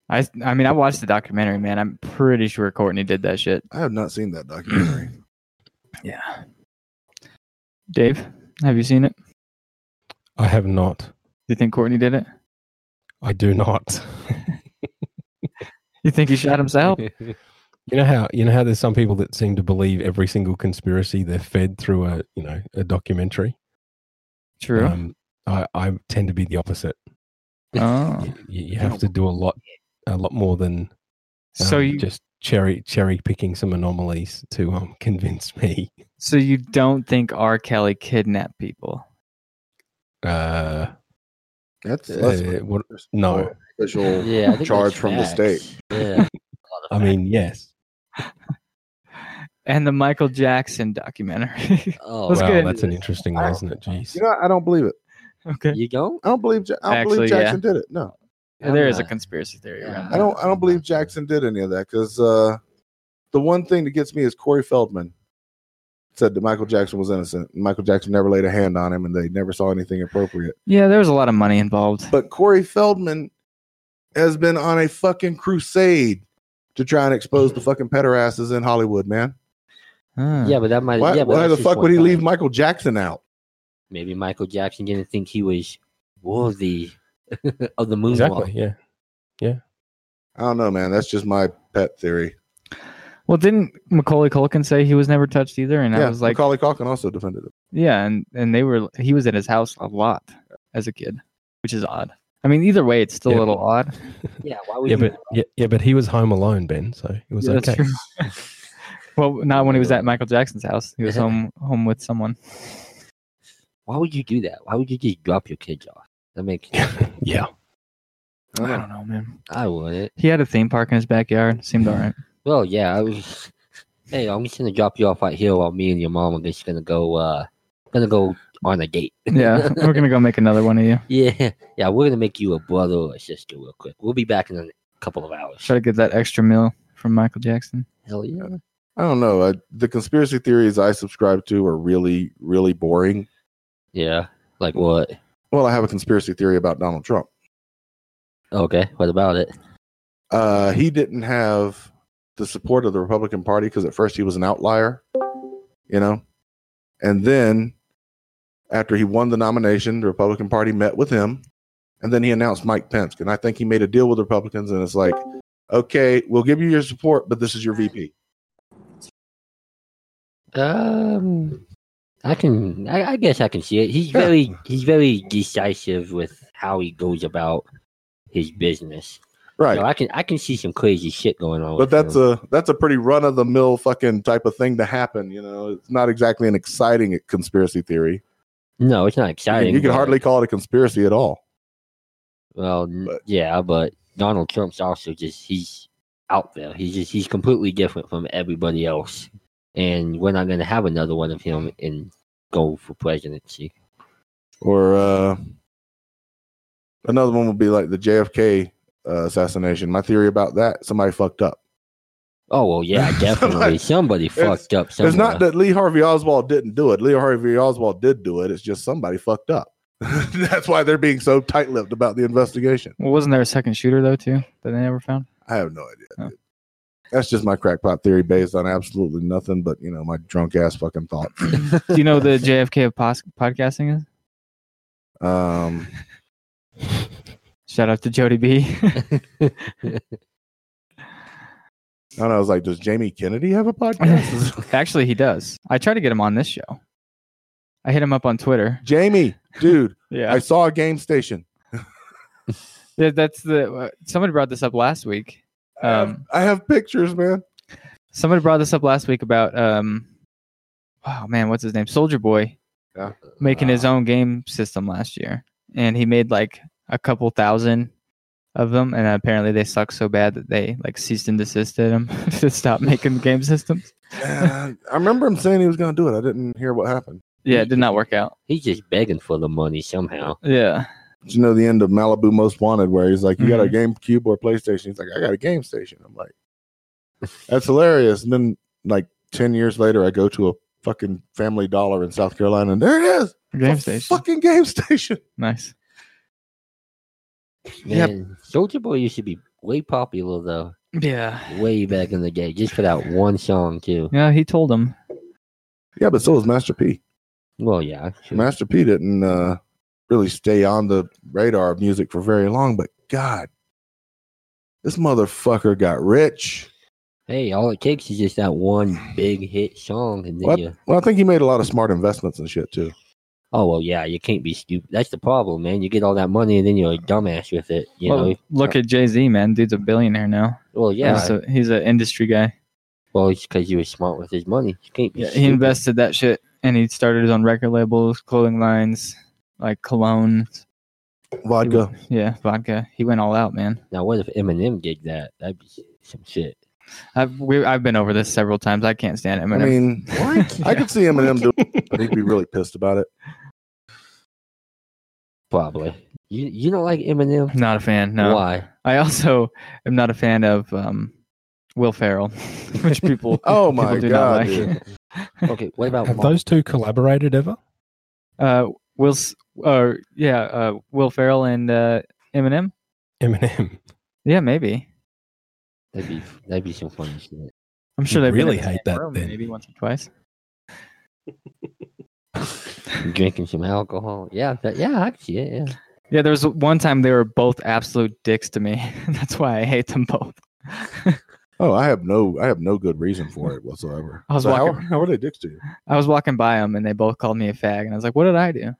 D: I I mean I watched the documentary, man. I'm pretty sure Courtney did that shit.
E: I have not seen that documentary.
D: Yeah. Dave, have you seen it? Do
F: I have not.
D: you think Courtney did it?
F: I do not.
D: You think he shot himself?
F: you know how you know how there's some people that seem to believe every single conspiracy they're fed through a you know a documentary.
D: True.
F: Um, I, I tend to be the opposite.
D: oh,
F: You, you have to do a lot, a lot more than
D: so
F: um,
D: you
F: just cherry cherry picking some anomalies to um, convince me.
D: so you don't think R. Kelly kidnapped people?
F: Uh,
E: That's, that's
F: Uh, what- no.
E: official
G: Yeah. I think
E: charge
G: that's
E: from the
G: facts.
E: state.
G: Yeah. a lot of
F: I mean, yes.
D: And the Michael Jackson documentary.
G: facts. oh,
D: let's
F: wow,
D: get into
F: that's an
D: this.
F: interesting one, isn't it? Jeez.
E: You know, I don't believe it.
D: okay.
G: you don't?
E: I don't believe. Ja- I don't
D: Actually,
E: believe
D: yeah.
E: Jackson did it. No,
D: Yeah, there is a
G: Yeah.
D: conspiracy theory
G: Yeah.
D: around
E: I don't. I don't believe Jackson did any of that because uh, the one thing that gets me is Corey Feldman said that Michael Jackson was innocent. Michael Jackson never laid a hand on him, and they never saw anything appropriate.
D: Yeah, there was a lot of money involved.
E: But Corey Feldman has been on a fucking crusade to try and expose the fucking pederasts in Hollywood, man.
D: Huh.
G: Yeah, but that might.
E: Why,
G: Uh, yeah, but
E: why
G: that's
E: the
G: just
E: fuck
G: one
E: would he
G: time.
E: leave Michael Jackson out?
G: Maybe Michael Jackson didn't think he was worthy of the moonwalk.
F: Exactly. Yeah.
E: I don't know, man. That's just my pet theory.
D: Well, didn't Macaulay Culkin say he was never touched either? And I
E: yeah,
D: was like,
E: Macaulay Culkin also defended it.
D: yeah, and and they were he was at his house a lot as a kid, which is odd. I mean, either way, it's still
F: Yeah.
D: a little odd.
G: Yeah. Why would
F: Yeah,
G: you?
F: but yeah, yeah, but he was home alone, Ben. So it was
D: Yeah,
F: okay.
D: true. well, not when he was at Michael Jackson's house. He was home home with someone.
G: Why would you do that? Why would you just drop your kids off? That makes.
F: yeah.
E: I
D: I
E: don't know.
D: don't know, man.
G: I wouldn't.
D: He had a theme park in his backyard. Seemed all right.
G: Well, yeah. I was. Hey, I'm just gonna drop you off right here while me and your mom are just gonna go. uh Gonna go on a date.
D: Yeah, we're gonna go make another one of you.
G: Yeah, yeah, we're gonna make you a brother or a sister real quick. We'll be back in a couple of hours.
D: Try to get that extra meal from Michael Jackson.
G: Hell yeah.
E: I don't know. I, the conspiracy theories I subscribe to are really, really boring.
G: Yeah. Like what?
E: Well, I have a conspiracy theory about Donald Trump.
G: Okay, what about it?
E: Uh, he didn't have the support of the Republican Party because at first he was an outlier, you know? And then after he won the nomination, the Republican Party met with him and then he announced Mike Pence. And I think he made a deal with the Republicans and it's like, okay, we'll give you your support, but this is your VP.
G: Um I can I, I guess I can see it. He's very he's very decisive with how he goes about his business.
E: Right.
G: So I can I can see some crazy shit going on.
E: but that's a that's a pretty run of the mill fucking type of thing to happen. You know, it's not exactly an exciting conspiracy theory.
G: no, it's not
E: You can-
G: exciting.
E: you can
G: but-
E: hardly call it a conspiracy at all.
G: Well, n-
E: But-
G: yeah, but Donald Trump's also just he's out there. He's just he's completely different from everybody else, and we're not gonna have another one of him and go for presidency.
E: Or uh, another one would be like the JFK uh, assassination. My theory about that: somebody fucked up.
G: Oh well, yeah, definitely. Somebody fucked up.
D: Oh,
G: Somewhere.
E: It's not that Lee Harvey Oswald didn't do it. Lee Harvey Oswald did do it. It's just somebody fucked up. That's why they're being so tight-lipped about the investigation.
D: Well, wasn't there a second shooter though too that they never found?
E: I have no idea.
D: Oh.
E: dude. That's just my crackpot theory based on absolutely nothing but, you know, my drunk ass fucking thought.
D: Do you know the JFK of pos- podcasting is?
E: Um,
D: Shout out to Jody B.
E: I don't know. I was like, does Jamie Kennedy have a podcast?
D: Actually, he does. I try to get him on this show. I hit him up on Twitter.
E: Jamie, dude,
D: Yeah,
E: I saw a game station.
D: Yeah, that's the uh, somebody brought this up last week.
E: I have-
D: Um,
E: I have pictures, man.
D: Somebody brought this up last week about um, oh man, what's his name? Soldier Boy
E: Yeah.
D: Uh. making his own game system last year, and he made like a couple thousand of them, and apparently they suck so bad that they like ceased and desisted them to stop making game systems.
E: Uh, I remember him saying he was going to do it. I didn't hear what happened.
D: Yeah, it did not work out.
G: He's just begging for the money somehow.
D: Yeah,
E: Did you know the end of Malibu Most Wanted, where he's like, "You got a
D: Mm-hmm.
E: GameCube or PlayStation?" He's like, "I got a Game Station." I'm like, "That's hilarious." And then, like ten years later, I go to a fucking Family Dollar in South Carolina, and there it is,
D: game
E: A
D: station.
E: fucking Game Station.
D: Nice.
E: Yep.
G: Man, Soldier Boy used to be way popular though,
D: Yeah.
G: way back in the day, just for that one song too.
D: Yeah, he told them.
E: Yeah, but so was Master P.
G: Well, yeah, sure.
E: Master P didn't uh, really stay on the radar of music for very long, but God, this motherfucker got rich.
G: Hey, all it takes is just that one big hit song, and then
E: Well, I,
G: you.
E: well, I think he made a lot of smart investments and shit too.
G: Oh well, yeah, you can't be stupid. That's the problem, man. You get all that money, and then you're a dumbass with it. You
D: well,
G: know.
D: look at Jay Z, man. Dude's a billionaire now.
G: Well, yeah.
D: He's a, he's an industry guy.
G: well, it's because you were smart with his money. You can't be.
D: Yeah, he
G: stupid.
D: invested that shit, and he started his own record labels, clothing lines, like cologne. He
E: Vodka.
D: went- yeah, vodka. He went all out, man.
G: Now, what if Eminem did that? That'd be some shit.
D: I've we, I've been over this several times. I can't stand
E: I
D: Eminem.
E: mean, I could see Eminem doing it, but he'd be really pissed about it.
G: Probably. You you don't like Eminem?
D: not a fan. No.
G: Why?
D: I also am not a fan of um, Will Ferrell, which people
E: Oh
D: people
E: my
D: do
E: god,
D: not
E: dude.
D: like.
G: Okay. What about
F: Have
G: Mar-
F: those two collaborated ever?
D: Uh, Will, or yeah, uh, Will Ferrell and uh, Eminem.
F: Eminem.
D: Yeah, maybe.
G: That'd be that'd be some funny shit.
D: I'm sure they
F: You really hate that then.
D: Maybe once or twice.
G: Drinking some alcohol. Yeah. That, yeah. I can see it. Yeah.
D: Yeah, there was one time they were both absolute dicks to me. That's why I hate them both.
E: Oh, I have no, I have no good reason for it whatsoever.
D: I was
E: So how,
D: walking-
E: how are they dicks to you?
D: I was walking by them and they both called me a fag, and I was like, "What did I do?"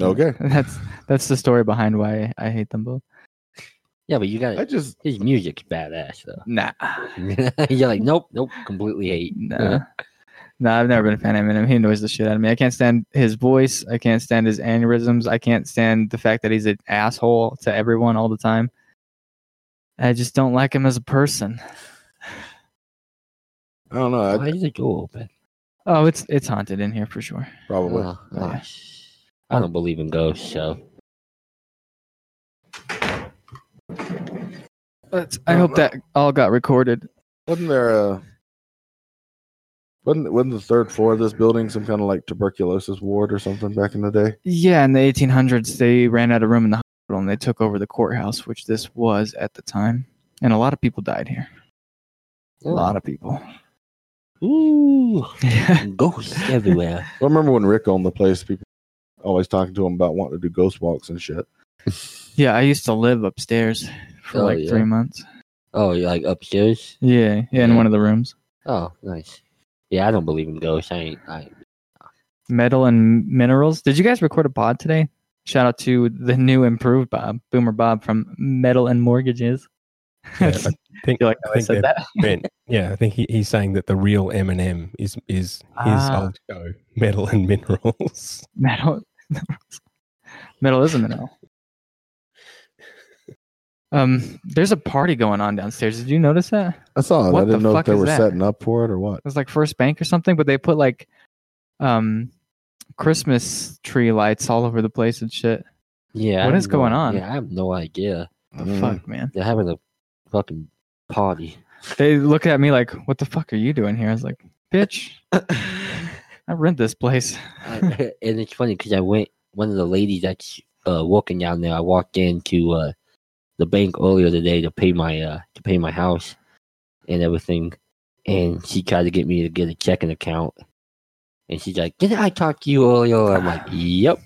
E: Okay,
D: That's that's the story behind why I hate them both.
G: Yeah, but you got
E: I
G: to
E: just
G: his music's badass though.
D: Nah,
G: You're like, nope, nope, completely hate.
D: nah, nah. I've never been a fan of Eminem. He annoys the shit out of me. I can't stand his voice. I can't stand his aneurysms. I can't stand the fact that he's an asshole to everyone all the time. I just don't like him as a person.
E: I don't know. I
G: Why is the door open?
D: Oh, it's it's haunted in here for sure.
E: probably
G: Oh,
D: Yeah.
G: gosh. I don't believe in ghosts, so
D: But I hope that all got recorded.
E: wasn't there a wasn't wasn't the third floor of this building some kind of like tuberculosis ward or something back in the day?
D: Yeah, in the 1800s, they ran out of room in the hospital and they took over the courthouse, which this was at the time. And a lot of people died here. A lot of people.
G: Ooh,
D: Yeah.
G: ghosts everywhere.
E: I remember when Rick owned the place. People always talking to him about wanting to do ghost walks and shit.
D: Yeah, I used to live upstairs for
G: Oh,
D: like
G: yeah.
D: three months.
G: Oh, you're like upstairs?
D: Yeah, yeah, in
G: Yeah.
D: one of the rooms.
G: Oh, nice. Yeah, I don't believe in ghosts. I ain't. I,
D: Metal and minerals. Did you guys record a pod today? Shout out to the new improved Bob, Boomer Bob from Metal and Mortgages.
F: Yeah, I
D: feel
F: think,
D: like "Oh,
F: I
D: I
F: think
D: said
F: they've
D: that.
F: been- yeah, I think he, he's saying that the real Eminem is is his
D: Ah.
F: old show, Metal and Minerals.
D: Metal. Metal is a mineral. Um, there's a party going on downstairs. Did you notice that? It
E: I saw it.
D: What
E: I didn't
D: the
E: know if
D: fuck
E: they
D: is
E: were
D: that?
E: setting up for it or what.
D: was like First Bank or something, but they put like, um, Christmas tree lights all over the place and shit.
G: yeah. I
D: What
G: have
D: is going
G: no-
D: on?
G: Yeah, I have no idea.
D: The
E: Mm.
D: fuck, man.
G: They're having a fucking party.
D: They look at me like, "What the fuck are you doing here?" I was like, "Bitch, I rent this place."
G: I, and it's funny because I went. One of the ladies that's uh, working down there, I walked into uh, the bank earlier today to pay my uh, to pay my house and everything, and she tried to get me to get a checking account, and she's like, "Didn't I talk to you earlier?" I'm like, "Yep."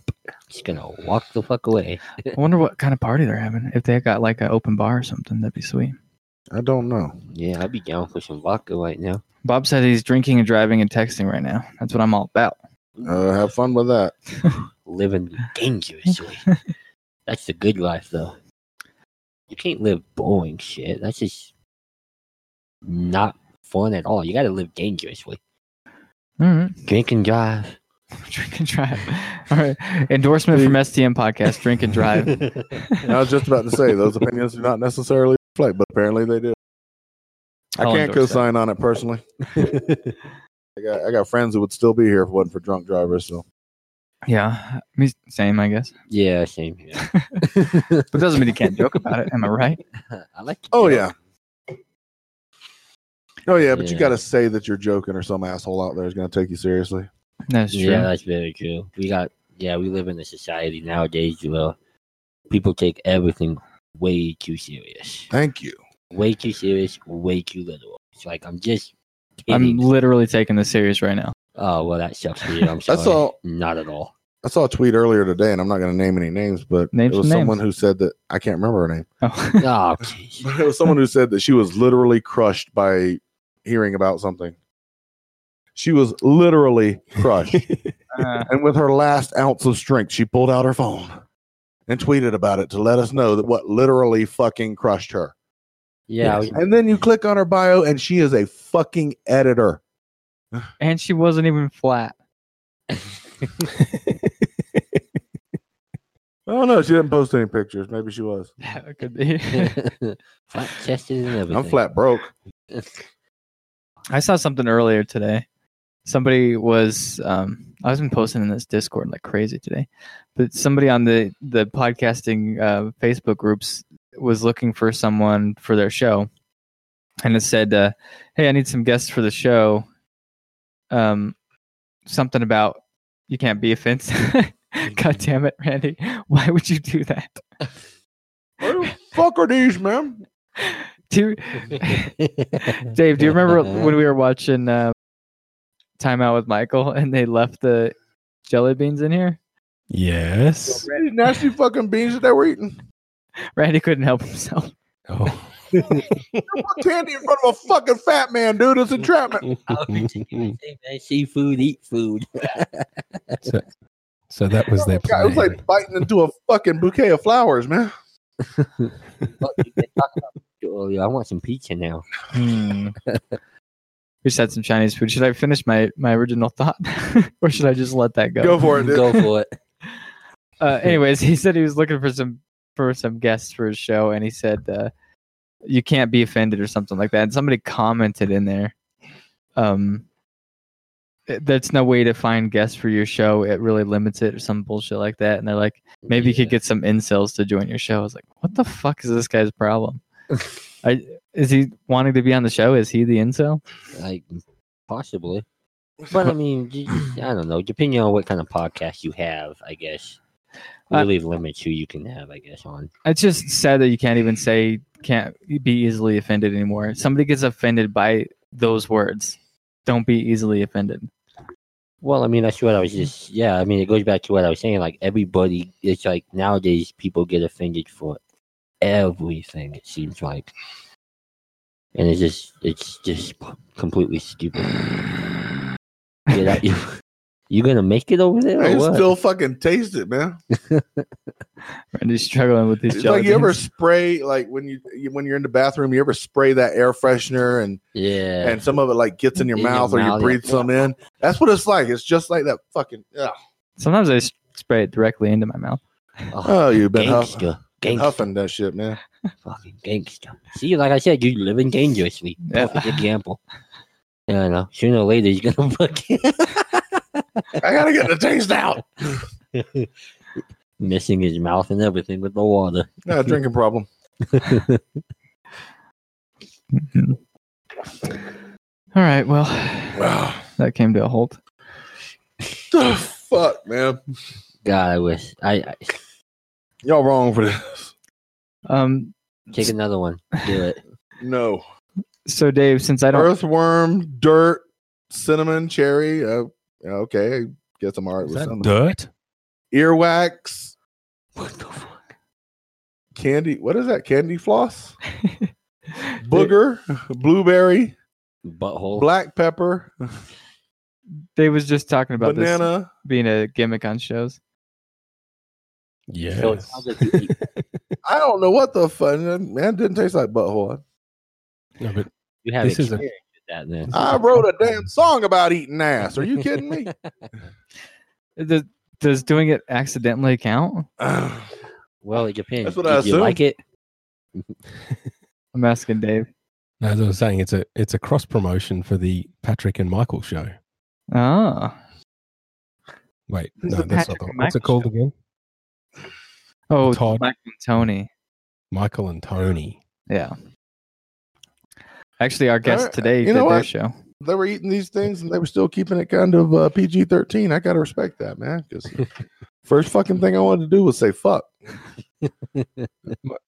G: She's gonna walk the fuck away.
D: I wonder what kind of party they're having. If they got like an open bar or something, that'd be sweet.
E: I don't know.
G: Yeah, I'd be down for some vodka right now.
D: Bob said he's drinking and driving and texting right now. That's what I'm all about.
E: Uh, have fun with that.
G: Living dangerously. That's the good life, though. You can't live boring shit. That's just not fun at all. You got to live dangerously.
D: All right.
G: Drink and drive.
D: Drink and drive. All right. Endorsement from STM podcast. Drink and drive.
E: I was just about to say those opinions do not necessarily reflect, but apparently they do. I
D: I'll
E: can't
D: endorse that.
E: co-sign on it personally. I got I got friends who would still be here if it wasn't for drunk drivers. So
D: Yeah, me same, I guess.
G: Yeah, same here.
D: But doesn't mean you can't joke about it. Am I right?
G: I like. to
E: Oh,
G: joke.
E: yeah. oh yeah, but you
G: Yeah.
E: got to say that you're joking, or some asshole out there is going to take you seriously.
D: That's true.
G: Yeah, that's very true. We got yeah, we live in a society nowadays where people take everything way too serious,
E: Thank you.
G: way too serious, way too little. It's like I'm just.
D: I'm
G: kidding.
D: literally taking this serious right now.
G: oh well, that sucks for you. I'm sorry.
E: That's all.
G: Not at all.
E: I saw a tweet earlier today, and I'm not going to name any names, but
D: Name
E: it was
D: some
E: someone
D: names.
E: who said that I can't remember her name.
D: Oh.
G: Oh, jeez.
E: But it was someone who said that she was literally crushed by hearing about something. She was literally crushed.
D: Uh,
E: and with her last ounce of strength, she pulled out her phone and tweeted about it to let us know that what literally fucking crushed her.
G: yeah, I was-
E: And then you click on her bio, and she is a fucking editor.
D: and she wasn't even flat.
E: Oh no, she didn't post any pictures. Maybe she was.
D: That could be.
G: flat chested and everything.
E: I'm flat broke.
D: I saw something earlier today. Somebody was um I've been posting in this Discord like crazy today. But somebody on the the podcasting uh Facebook groups was looking for someone for their show. And it said uh hey, I need some guests for the show. Um something about you can't be offensive. God damn it, Randy. Why would you do that?
E: Who the fuck are these, man?
D: Do Dave, do you remember when we were watching uh, Time Out with Michael and they left the jelly beans in here?
F: yes.
E: These nasty fucking beans that they were eating.
D: Randy couldn't help himself.
F: Oh.
E: Put candy in front of a fucking fat man, dude. It's entrapment.
G: I'll be taking seafood, eat food.
F: so, so that was their
E: God,
F: plan.
E: It was like biting into a fucking bouquet of flowers, man.
G: Fuck, we been talking about food earlier. I want some pizza now.
D: We just had some Chinese food. Should I finish my, my original thought or should I just let that go?
E: Go for it, dude.
G: Go for it.
D: Uh, anyways, he said he was looking for some for some guests for his show and he said uh, you can't be offended or something like that. And somebody commented in there. Um that's no way to find guests for your show. It really limits it or some bullshit like that. And they're like, Maybe you could get some incels to join your show. I was like, what the fuck is this guy's problem? I, is he wanting to be on the show? Is he the incel?
G: Yeah, like possibly. But I mean, you just- I don't know. Depending on what kind of podcast you have, I guess
D: Uh,
G: really limits who you can have. I guess on.
D: It's just sad that you can't even say can't be easily offended anymore. Somebody gets offended by those words. Don't be easily offended.
G: Well, I mean, that's what I was just. Yeah, I mean, it goes back to what I was saying. Like everybody, it's like nowadays people get offended for everything. It seems like, and it's just, it's just completely stupid. Get out, you. You gonna make it over there?
E: I
G: Or
E: can
G: what?
E: still fucking taste it, man.
D: Randy's struggling with these
E: It's like you ever
D: jokes.
E: spray, like when you you- when you're in the bathroom, you ever spray that air freshener and
G: yeah.
E: and some of it like gets in your
G: In your
E: mouth or you
G: mouth,
E: breathe
G: yeah.
E: some in. That's what it's like. It's just like that fucking. ugh.
D: Sometimes I s- spray it directly into my mouth.
E: Oh, you've been huffing,
G: gangster, gangster.
E: huffing that shit, man.
G: fucking gangster. See, like I said, you living dangerously.
D: Yeah.
G: Perfect example. Yeah, I know. Sooner or later, you're gonna fucking
E: I gotta get the taste out.
G: missing his mouth and everything with the water.
E: No drinking problem.
D: Mhm. All right. Well,
E: Wow.
D: that came to a halt.
E: The fuck, man.
G: God, I wish. I, I
E: Y'all wrong for this.
D: Um,
G: take another one. Do it.
E: No.
D: so, Dave, since I don't.
E: Earthworm, dirt, cinnamon, cherry. Uh, yeah, okay, I guess I'm alright
F: Is
E: with
F: that
E: some.
F: dirt?
E: Earwax,
G: What the fuck?
E: candy. What is that? Candy floss, booger, blueberry,
G: Butthole.
E: black pepper,
D: Dave was just talking about this
E: banana.
D: being a gimmick on shows.
G: So it
F: Yes.
G: sounds like you eat-
E: I don't know what the fuck. Man, it didn't taste like butthole.
F: No, but
G: you have
F: This
G: this
F: is a-
G: that then.
E: I wrote a damn song about eating ass. Are you kidding me?
D: Does, does doing it accidentally count?
G: Well, it depends.
E: That's what
G: Did
E: I
G: you like it?
D: I'm asking Dave.
F: No, as I was saying, it's a it's a cross promotion for the Patrick and Michael show.
D: Oh.
F: Wait,
D: Who's
F: no,
D: the
F: that's
D: Patrick
F: not the,
D: and
F: what's it
D: Michael
F: called
D: show?
F: again?
D: Oh,
F: Todd.
D: Mike and Tony.
F: Michael and Tony.
D: Yeah. Actually, our guest
E: right,
D: today
E: you
D: did their
E: know what?
D: show.
E: they were eating these things and they were still keeping it kind of uh, PG thirteen. I gotta respect that, man. Because first fucking thing I wanted to do was say fuck.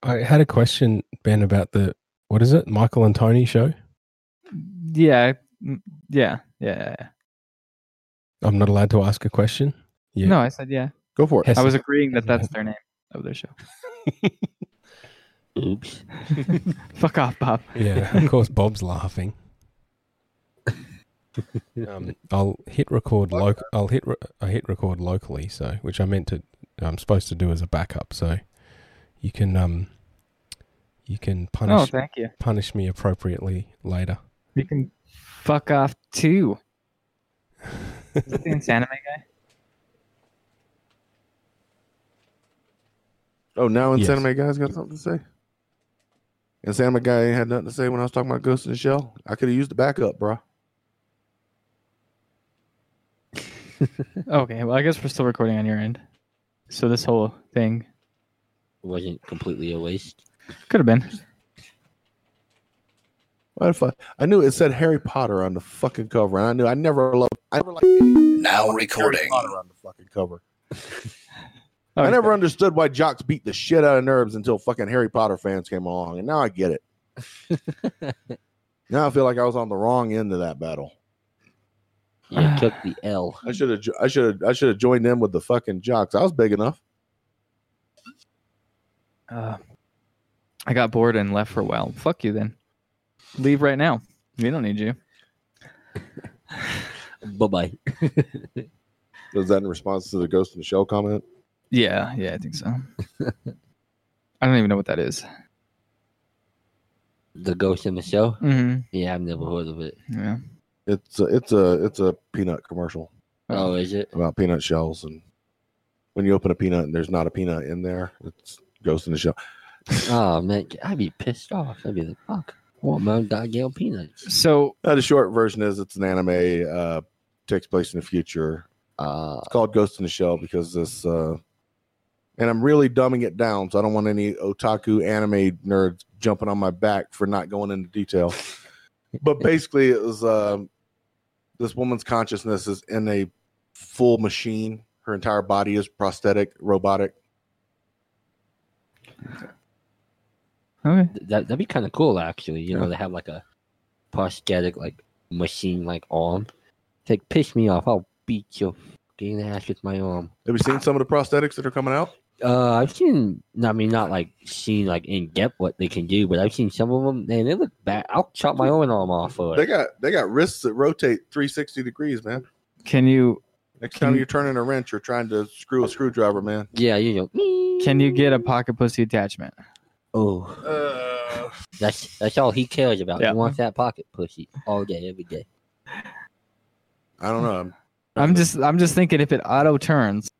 F: I had a question, Ben, about the what is it, Michael and Tony show?
D: Yeah. mm, Yeah. Yeah. yeah.
F: I'm not allowed to ask a question. Yeah.
D: No, I said yeah.
E: Go for it.
F: Yes.
D: I was agreeing that that's their name of their show.
G: Oops.
D: Fuck off, Bob.
F: Yeah, of course, Bob's laughing. um, I'll hit record loc. I'll hit. Re- I hit record locally, so which I meant to. I'm supposed to do as a backup, so you can um, you can
D: Oh,
F: punish
D: thank you.
F: punish me appropriately later.
D: You can fuck off too. Is that the Insanime guy?
E: Oh, now
F: Yes.
E: Insanime Guy's got something to say. Insanime Guy ain't had nothing to say when I was talking about Ghost in the Shell. I could have used the backup, bro.
D: Okay, well, I guess we're still recording on your end. So this whole thing
G: Wasn't completely a waste.
D: could have been.
E: What if I, I knew it said Harry Potter on the fucking cover, and I knew I never loved. I never liked anything
H: Now
E: like Harry
H: recording.
E: Potter on the fucking cover.
D: Oh,
E: I never understood why jocks beat the shit out of nerds until fucking Harry Potter fans came along, and now I get it. now I feel like I was on the wrong end of that battle.
G: You took the L.
E: I should have. jo- I should have. I should have joined in with the fucking jocks. I was big enough.
D: Uh, I got bored and left for a while. Fuck you then. Leave right now. We don't need you.
G: Bye bye.
E: Was that in response to the Ghost in the Shell comment?
D: Yeah, yeah, I think so. I don't even know what that is.
G: The ghost in the shell?
D: Mm-hmm.
G: Yeah, I've never heard of it.
D: Yeah.
E: It's a, it's a it's a peanut commercial
G: Oh, is it?
E: about peanut shells, and when you open a peanut and there's not a peanut in there, it's Ghost in the Shell.
G: Oh man, I'd be pissed off. I'd be like, fuck. What man, goddamn peanuts?
D: So
E: Uh, the short version is it's an anime uh, takes place in the future.
G: Uh,
E: It's called Ghost in the Shell because this, uh, and I'm really dumbing it down, so I don't want any otaku anime nerds jumping on my back for not going into detail. but basically, it was um, this woman's consciousness is in a full machine. Her entire body is prosthetic, robotic.
D: okay.
G: th- that that'd be kind of cool actually. You know, they have like a prosthetic like machine like arm. It's like piss me off. I'll beat your fucking ass with my arm.
E: Have you seen some of the prosthetics that are coming out?
G: Uh, I've seen. I mean, not like seen like in depth what they can do, but I've seen some of them. Man, they look bad. I'll chop my own arm off for
E: They
G: it.
E: got they got wrists that rotate 360 degrees, man.
D: can you
E: Next
D: Can-
E: time you're turning a wrench or trying to screw a screwdriver, man.
G: Yeah, you know.
D: can you get a pocket pussy attachment?
G: Oh,
E: Uh,
G: that's that's all he cares about.
D: Yeah.
G: He wants that pocket pussy all day, every day.
E: I don't know.
D: I'm just I'm just thinking if it auto turns.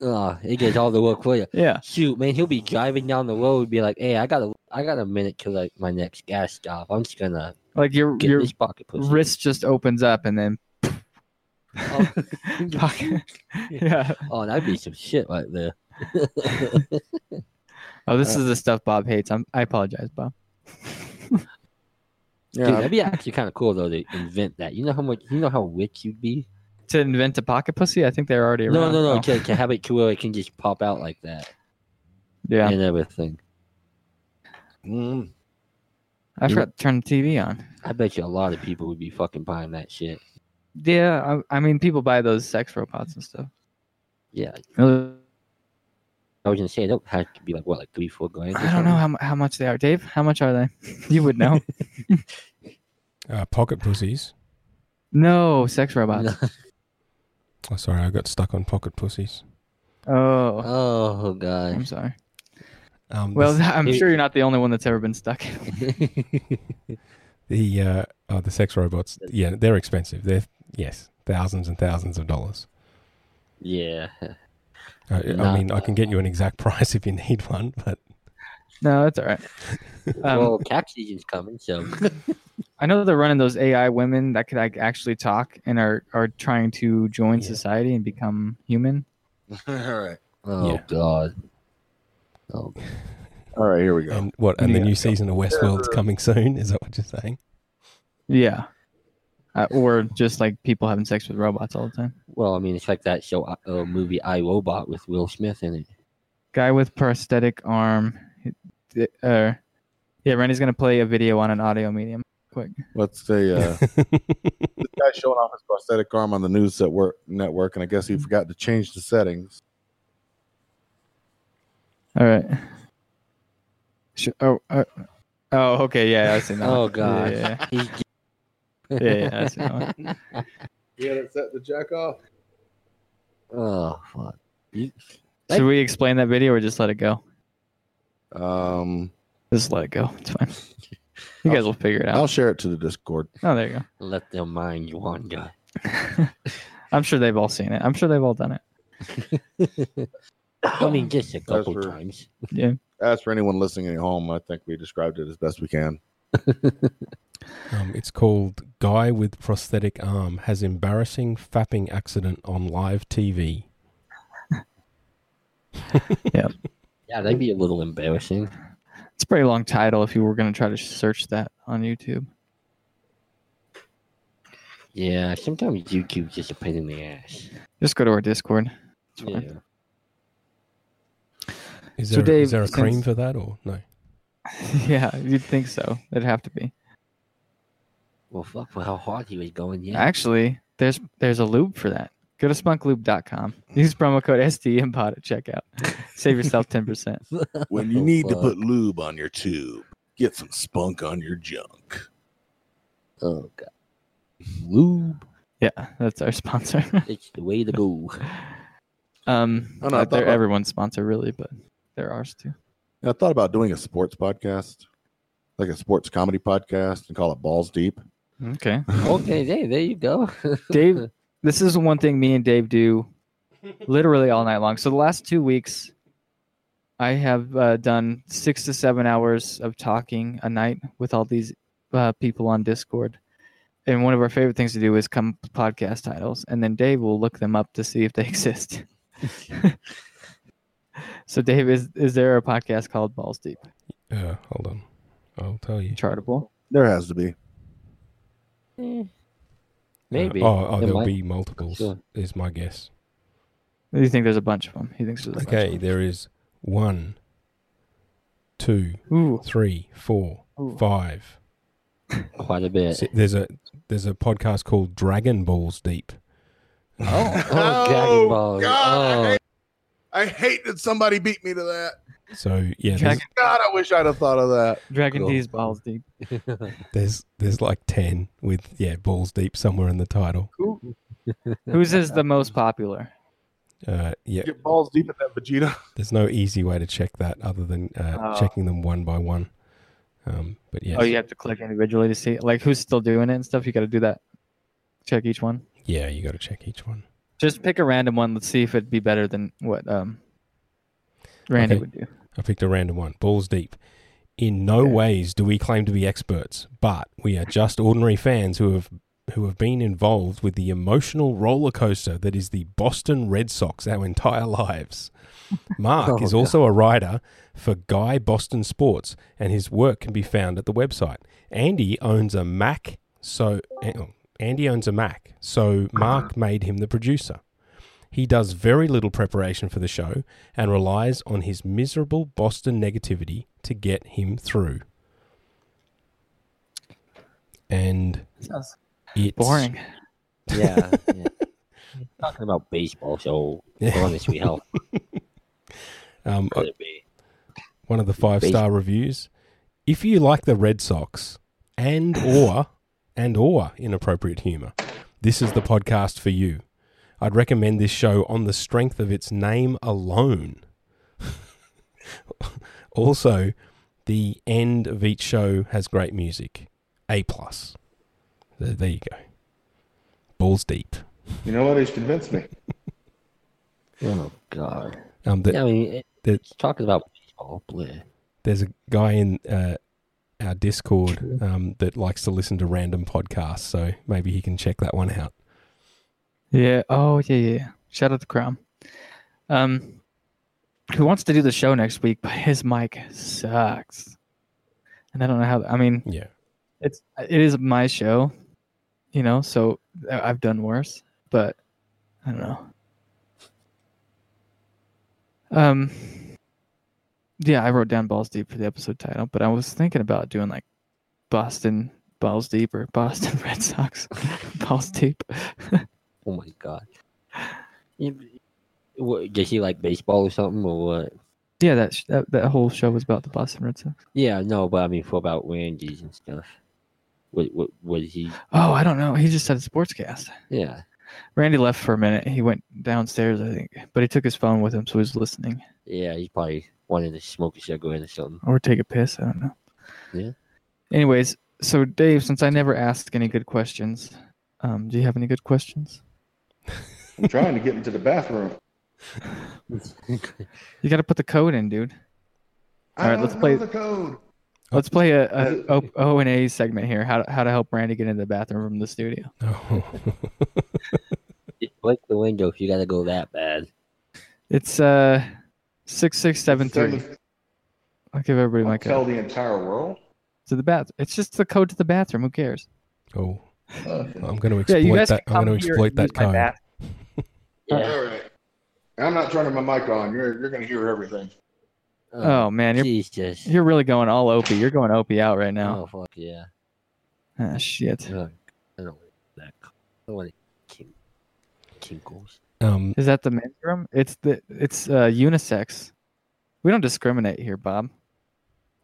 G: Uh, it gets all the work for you.
D: Yeah.
G: Shoot, man, he'll be driving down the road, be like, "Hey, I got a, I got a minute to like my next gas stop. I'm just gonna
D: Like your
G: get
D: your
G: this pocket pussy."
D: wrist just opens up and then
G: Oh.
D: pocket. yeah.
G: Oh, that'd be some shit right there.
D: Oh, this is the stuff Bob hates. I'm, I apologize, Bob.
G: Dude,
E: Yeah,
G: that'd be actually kind of cool though to invent that. You know how much, you know how rich you'd be.
D: To invent a pocket pussy, I think they're already around.
G: No, no, no.
D: Oh,
G: To, to have it to where it can just pop out like that
D: Yeah.
G: and everything.
E: Mm.
D: I forgot to turn the TV on.
G: I bet you a lot of people would be fucking buying that shit.
D: Yeah, I, I mean, people buy those sex robots and stuff.
G: Yeah,
D: I
G: I was gonna say that had to be like what, like three, four grand. or
D: don't know how, mu- how much they are, Dave. How much are they? You would know.
F: Uh, pocket pussies.
D: no, sex robots.
G: something?
F: Oh, sorry, I got stuck on pocket pussies.
D: Oh,
G: oh
D: I'm
G: god.
D: sorry.
F: Um,
D: Well, I'm
G: it-
D: sure you're not the only one that's ever been stuck. in one.
F: the uh, oh, the sex robots. Yeah, they're expensive. They're yes, thousands and thousands of dollars. Uh,
G: Yeah.
F: I,
G: Nah.
F: I mean, I can get you an exact price if you need one, but
D: No, that's all right. Um,
G: well, cap season's coming, so
D: I know they're running those AI women that could like actually talk and are are trying to join
F: Yeah.
D: society and become human.
E: All right.
G: oh
F: Yeah.
G: god. Oh,
E: All right, here we go.
F: and what? And the
E: Yeah.
F: new season of Westworld's coming soon. Is that what you're saying?
D: Yeah, uh, or just like people having sex with robots all the time.
G: well, I mean, it's like that show, uh, movie I Robot with Will Smith in it.
D: Guy with prosthetic arm. It- Uh, yeah, Randy's gonna play a video on an audio medium. Quick.
E: Let's say uh, this guy showing off his prosthetic arm on the news at work network, and I guess he forgot to change the settings.
D: All right. Sh- oh, uh, oh, okay. Yeah, I see that.
G: Oh
D: one.
G: god.
D: Yeah, yeah,
G: He's-
D: yeah, yeah, yeah, I see that one.
E: Yeah, that's set the jack off.
G: oh fuck. You-
D: Should we explain that video or just let it go?
E: Um,
D: Just let it go. It's fine. You guys will figure it out.
E: I'll share it to the Discord.
D: Oh, there you go.
G: Let their mind wander.
D: I'm sure they've all seen it. I'm sure they've all done it.
G: I mean, just a couple
E: for-
G: times.
E: As for anyone listening at home, I think we described it as best we can.
F: Um, it's called "Guy with Prosthetic Arm Has Embarrassing Fapping Accident on Live TV."
G: Yeah, that'd be a little embarrassing.
D: It's a pretty long title if you were going to try to search that on YouTube.
G: Yeah, sometimes YouTube's just a pain in the ass.
D: Just go to our Discord. It's
G: Yeah.
D: fine.
F: Is
D: So
F: there,
D: Dave,
F: is there a cream
D: since-
F: for that or no?
D: Yeah. you'd think so. It'd have to be.
G: Well, fuck, for how hard he was going, yeah.
D: Actually, there's there's a lube for that. Go to spunklube.com. Use promo code SDMPOD at checkout. Save yourself 10%.
E: When
G: you need to put
E: lube on your tube, get some spunk on your junk.
G: Oh god. Lube.
D: Yeah, that's our sponsor.
G: It's the way to go.
D: um,
E: Oh, no,
D: they're
E: I thought about-
D: everyone's sponsor, really, but they're ours too.
E: I thought about doing a sports podcast, like a sports comedy podcast, and call it Balls Deep.
D: Okay.
G: okay, there, there you go.
D: Dave, this is one thing me and Dave do literally all night long. So the last two weeks, I have uh, done six to seven hours of talking a night with all these uh, people on Discord. And one of our favorite things to do is come up with podcast titles, and then Dave will look them up to see if they exist. so, Dave, is is there a podcast called Balls Deep
F: Uh, hold on, I'll tell you.
D: Chartable?
E: There has to be.
G: Maybe.
F: Uh, oh, oh
G: It
F: there'll
G: might-
F: be multiples.
G: Sure.
F: Is my guess.
D: Do you think there's a bunch of them? He thinks there's a
F: Okay,
D: bunch.
F: there is one, two,
D: Of 'em. Ooh,
F: three, four,
D: Ooh.
F: five.
G: quite a bit.
F: See, there's a there's a podcast called Dragon Balls Deep.
G: Oh, oh, Dragon Ball.
E: God, I,
G: Oh,
E: hate, I hate that somebody beat me to that.
F: So yeah, there's,
D: Dragon,
E: God, I wish I'd have thought of that.
D: Dragon
G: Cool.
D: D's balls deep.
F: there's there's like ten with yeah balls deep somewhere in the title.
D: Whose is the most popular?
F: Uh, yeah,
E: Get balls deep in that Vegeta.
F: there's no easy way to check that other than uh,
D: Oh.
F: checking them one by one. Um, but yes,
D: Oh, you have to click individually to see like who's still doing it and stuff. You got to do that. Check each one.
F: yeah, you got to check each one.
D: Just pick a random one. Let's see if it'd be better than what um Randy
F: Okay.
D: would do.
F: I picked a random one. Balls deep. In no
D: Okay.
F: ways do we claim to be experts, but we are just ordinary fans who have who have been involved with the emotional roller coaster that is the Boston Red Sox our entire lives. Mark
G: Oh,
F: is also a writer for Guy Boston Sports, and his work can be found at the website. Andy owns a Mac, so oh, Andy owns a Mac, so Mark made him the producer. He does very little preparation for the show and relies on his miserable Boston negativity to get him through. And
D: Sounds
F: it's
D: boring.
G: yeah. yeah. Talking about baseball, so
F: Yeah.
G: honestly, how
F: Um,
G: could it be?
F: one of the five star reviews. If you like the Red Sox and or and or inappropriate humor, this is the podcast for you. I'd recommend this show on the strength of its name alone. also, the end of each show has great music. A plus. There, there you go. Balls deep.
E: You know what? He's convinced me.
G: Oh god.
F: Um, that
G: Yeah, I mean, it,
F: the-
G: it's talking about baseball. Bleh.
F: there's a guy in uh, our Discord um, that likes to listen to random podcasts, so maybe he can check that one out.
D: Yeah. Oh, yeah, yeah. yeah. Shout out to Crom. Um, who wants to do the show next week? But his mic sucks, and I don't know how. I mean,
F: Yeah,
D: it's it is my show, you know. So I- I've done worse, but I don't know. Um. Yeah, I wrote down balls deep for the episode title, but I was thinking about doing like Boston balls deep or Boston Red Sox balls deep.
G: Oh my god. Yeah, but- What, does he like baseball or something or what?
D: Yeah, that, sh- that that whole show was about the Boston Red Sox.
G: Yeah, no, but I mean, for about Randy's and stuff. What what what is he?
D: Oh, I don't know. He just said sportscast.
G: Yeah,
D: Randy left for a minute. He went downstairs, I think, but he took his phone with him, so he was listening
G: yeah, he probably wanted to smoke a cigarette or something.
D: or take a piss. I don't know.
G: Yeah.
D: Anyways, so Dave, since I never asked any good questions, um, do you have any good questions?
E: I'm trying to get into the bathroom.
D: You got to put the code in, dude.
E: I
D: All right,
E: don't
D: let's
E: know
D: play-
E: the code. Uh,
D: Let's play a, a O- O and A segment here. How to, how to help Randy get into the bathroom from the studio?
F: Oh,
G: Just Break the window if you gotta go that bad.
D: It's uh six six seven three.
E: Tell
D: I'll give everybody my
E: the- Tell
D: code
E: the entire world.
D: to the bath. It's just the code to the bathroom. Who cares?
F: oh, I'm going to
D: Yeah,
F: exploit
D: you guys
F: that.
D: can
F: I'm
D: come
F: going to
D: here
F: exploit
D: and
F: that
D: use my
F: code.
D: bath. Uh,
G: Yeah.
E: All right. I'm not turning my mic on. You're you're gonna hear everything.
D: Oh man, you're
G: Jesus.
D: you're really going all Opie. You're going Opie out right now.
G: Oh fuck yeah.
D: Ah, shit.
G: Ugh, I don't want that. I don't want tink- tinkles.
F: Um,
D: Is that the men's room? It's the it's uh, unisex. We don't discriminate here, Bob.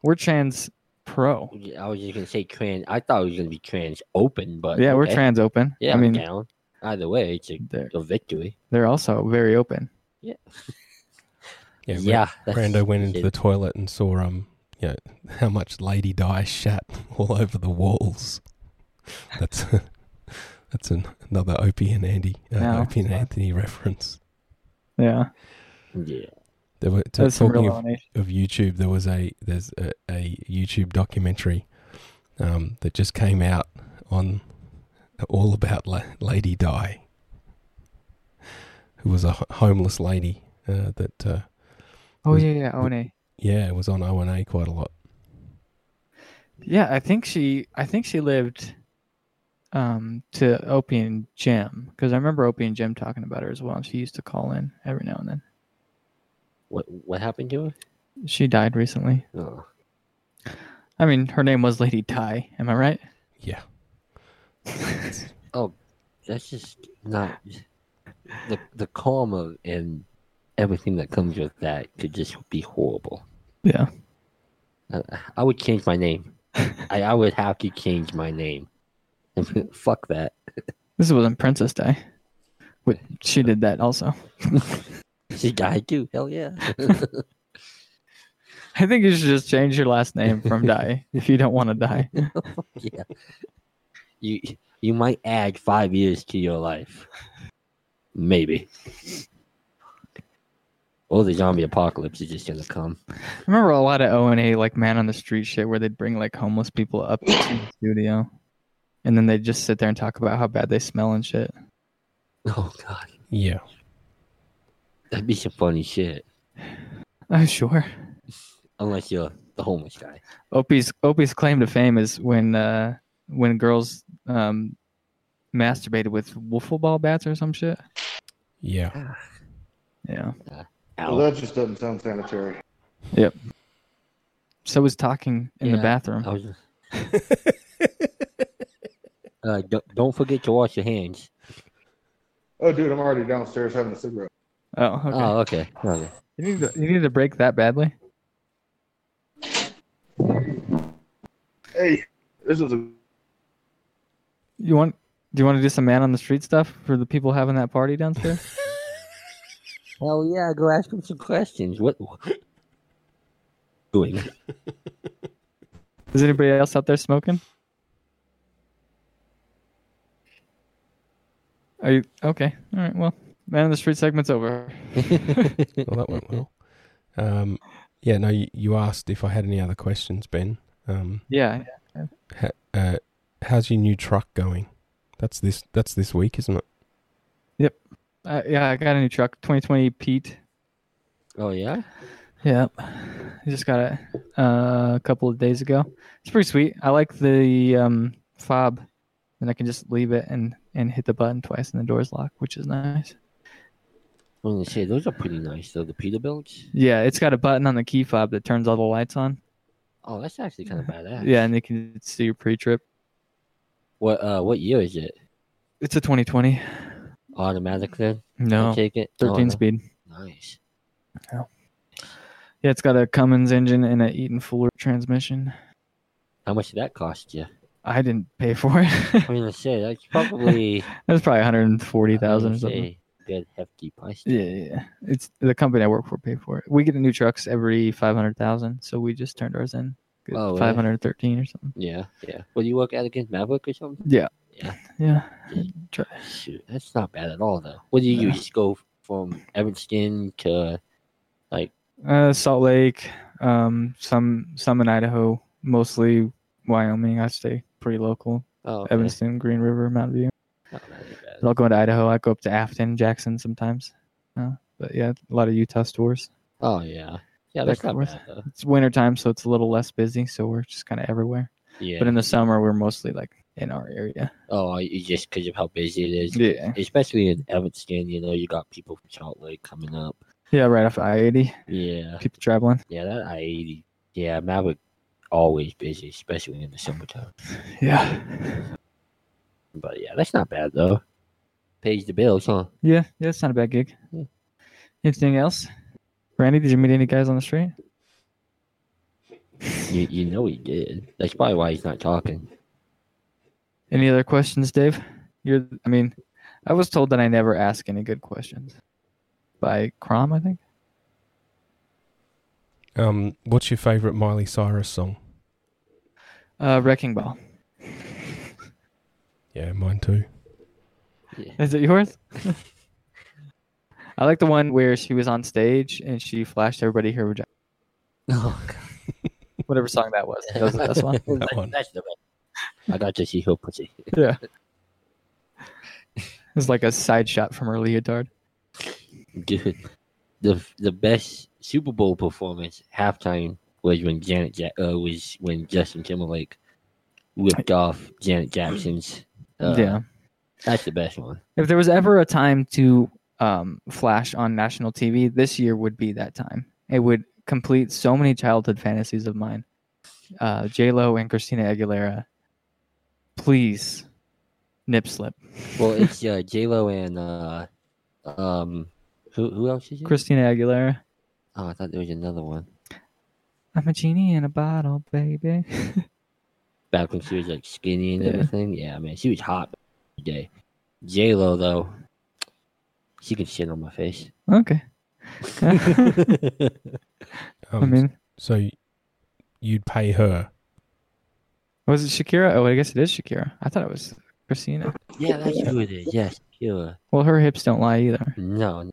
D: We're trans pro.
G: Yeah, I was just gonna say trans. I thought it was gonna be trans open, but
D: Yeah, we're
G: okay.
D: trans open.
G: Yeah,
D: I
G: I'm
D: mean,
G: down. Either way, it's a,
D: they're
G: a victory.
D: they're also very open.
F: yeah,
G: yeah. that's-
F: Brando went into
G: it-
F: the toilet and saw um, you know, how much Lady Di shat all over the walls. That's that's an, another Opie and Andy, uh,
D: Yeah.
F: Opie and Anthony reference.
D: Yeah,
G: Yeah.
F: There were t-
D: that's some
F: talking
D: real
F: of,
D: donation.
F: of YouTube. There was a there's a, a YouTube documentary um, that just came out on all about La- Lady Di, who was a ho- homeless lady uh, that uh,
D: Oh
F: was-
D: yeah, yeah, O and A.
F: yeah was on O and A quite a lot.
D: Yeah, I think she I think she lived um to Opie and Jim because I remember Opie and Jim talking about her as well, and she used to call in every now and then.
G: What what happened to her?
D: She died recently.
G: Oh.
D: I mean, her name was Lady Di. Am I right?
F: Yeah,
G: That's just not the the karma and everything that comes with that could just be horrible.
D: Yeah.
G: I, I would change my name. I, I would have to change my name. Fuck that.
D: This wasn't Princess Di. But she did that also.
G: She died too. Hell yeah.
D: I think you should just change your last name from Di if you don't want to die.
G: yeah. You you might add five years to your life. Maybe. Or the zombie apocalypse is just gonna come.
D: I remember a lot of O and A like man on the street shit where they'd bring like homeless people up to the studio and then they'd just sit there and talk about how bad they smell and shit.
G: Oh god.
F: yeah.
G: That'd be some funny shit.
D: Oh sure.
G: Unless you're the homeless guy.
D: Opie's Opie's claim to fame is when uh when girls um masturbated with wiffle ball bats or some shit.
F: Yeah.
D: Yeah.
E: Well,
G: Ow.
E: that just doesn't sound sanitary.
D: So was talking in the
G: Yeah, Oh.
D: bathroom.
G: I was... uh, don't, don't forget to wash your hands.
E: Oh, dude, I'm already downstairs having a cigarette.
D: Oh, okay.
G: Oh, okay. okay.
D: You need, to, you need to break that badly.
E: Hey, this is a
D: You want? Do you want to do some man on the street stuff for the people having that party downstairs?
G: Hell yeah, go ask him some questions. What? Doing.
D: Is anybody else out there smoking? Are you okay? All right. Well, Man on the street segment's over.
F: Well, that went well. Um, yeah, no, you, you asked if I had any other questions, Ben. Um,
D: yeah.
F: ha- uh, how's your new truck going? That's this. That's this week, isn't it?
D: Uh, yeah, I got a new truck, 2020 Pete.
G: oh yeah,
D: Yep. I just got it uh, a couple of days ago. It's pretty sweet. I like the um, fob, and I can just leave it and, and hit the button twice, and the doors lock, which is nice.
G: I'm gonna say those are pretty nice though. The Peterbilts.
D: Yeah, it's got a button on the key fob that turns all the lights on.
G: Oh, that's actually kind of badass.
D: Yeah, and you can see your pre-trip.
G: What uh, what year is it?
D: It's a 2020.
G: Automatic then?
D: No,
G: I take it.
D: 13
G: Oh,
D: speed.
G: Nice.
D: Yeah, it's got a Cummins engine and a Eaton Fuller transmission.
G: How much did that cost you?
D: I didn't pay for it.
G: I'm gonna say that's probably
D: It was probably 140,000 or
G: I
D: something.
G: say, good hefty price. tag.
D: Yeah, yeah, yeah. It's the company I work for paid for it. We get new trucks every 500,000, so we just turned ours in. Good,
G: Oh, really?
D: 513 or something.
G: Yeah, yeah. What do you work at again? Maverick or something?
D: Yeah.
G: Shoot, that's not bad at all though. What do you
D: Yeah.
G: use? Go from Evanston to
D: Uh, Salt Lake, um, some some in Idaho, mostly Wyoming. I stay pretty local.
G: oh, okay.
D: Evanston, Green River, Mountain View.
G: Not really bad.
D: I'll go into Idaho. I go up to Afton, Jackson sometimes. Uh, but yeah, a lot of Utah stores.
G: Oh yeah, yeah.
D: Back
G: That's
D: and
G: not
D: forth.
G: bad though.
D: It's wintertime, so it's a little less busy, so we're just kind of everywhere.
G: Yeah.
D: But in the summer, we're mostly like in our area.
G: oh, you just because of how busy it is.
D: Yeah.
G: Especially in Evanston, you know, you got people from Salt Lake coming up.
D: Yeah, right off I 80.
G: Yeah,
D: Keep traveling.
G: yeah. That I eighty. Yeah, Maverick always busy, especially in the summertime.
D: Yeah.
G: But yeah, that's not bad though. Pays the bills, huh?
D: Yeah, yeah, it's not a bad gig.
G: Yeah.
D: Anything else? Randy, did you meet any guys on the street?
G: You, you know he did. That's probably why he's not talking.
D: Any other questions, Dave? You're I mean, I was told that I never ask any good questions. By Crom, I think.
F: Um, what's your favorite Miley Cyrus song?
D: Uh Wrecking Ball.
F: Yeah, mine too.
D: Is it yours? I like the one where she was on stage and she flashed everybody her vagina.
G: No,
D: Whatever song that was. That was the best one.
F: That one.
G: That's the best. I got to see her pussy.
D: Yeah. It was like a side shot from her leotard.
G: Dude, the the best Super Bowl performance halftime was when Janet ja- uh, was when Justin Timberlake ripped off Janet Jackson's. Uh,
D: yeah.
G: that's the best one.
D: If there was ever a time to um, flash on national TV, this year would be that time. It would complete so many childhood fantasies of mine. Uh, J Lo and Christina Aguilera, please nip slip.
G: Well, it's uh, J Lo and uh, um, who who else is it?
D: Christina Aguilera,
G: Oh, I thought there was another one.
D: I'm a genie in a bottle, baby.
G: Back when she was like skinny and
D: Yeah.
G: everything. Yeah, man, she was hot back in the day. J Lo though, she can shit on my face.
D: okay. I
F: Um,
D: mean,
F: so y- you'd pay her.
D: was it Shakira? Oh, I guess it is Shakira. I thought it was Christina.
G: Yeah, that's who it is. Yes, Kira.
D: Well, her hips don't lie either.
G: No,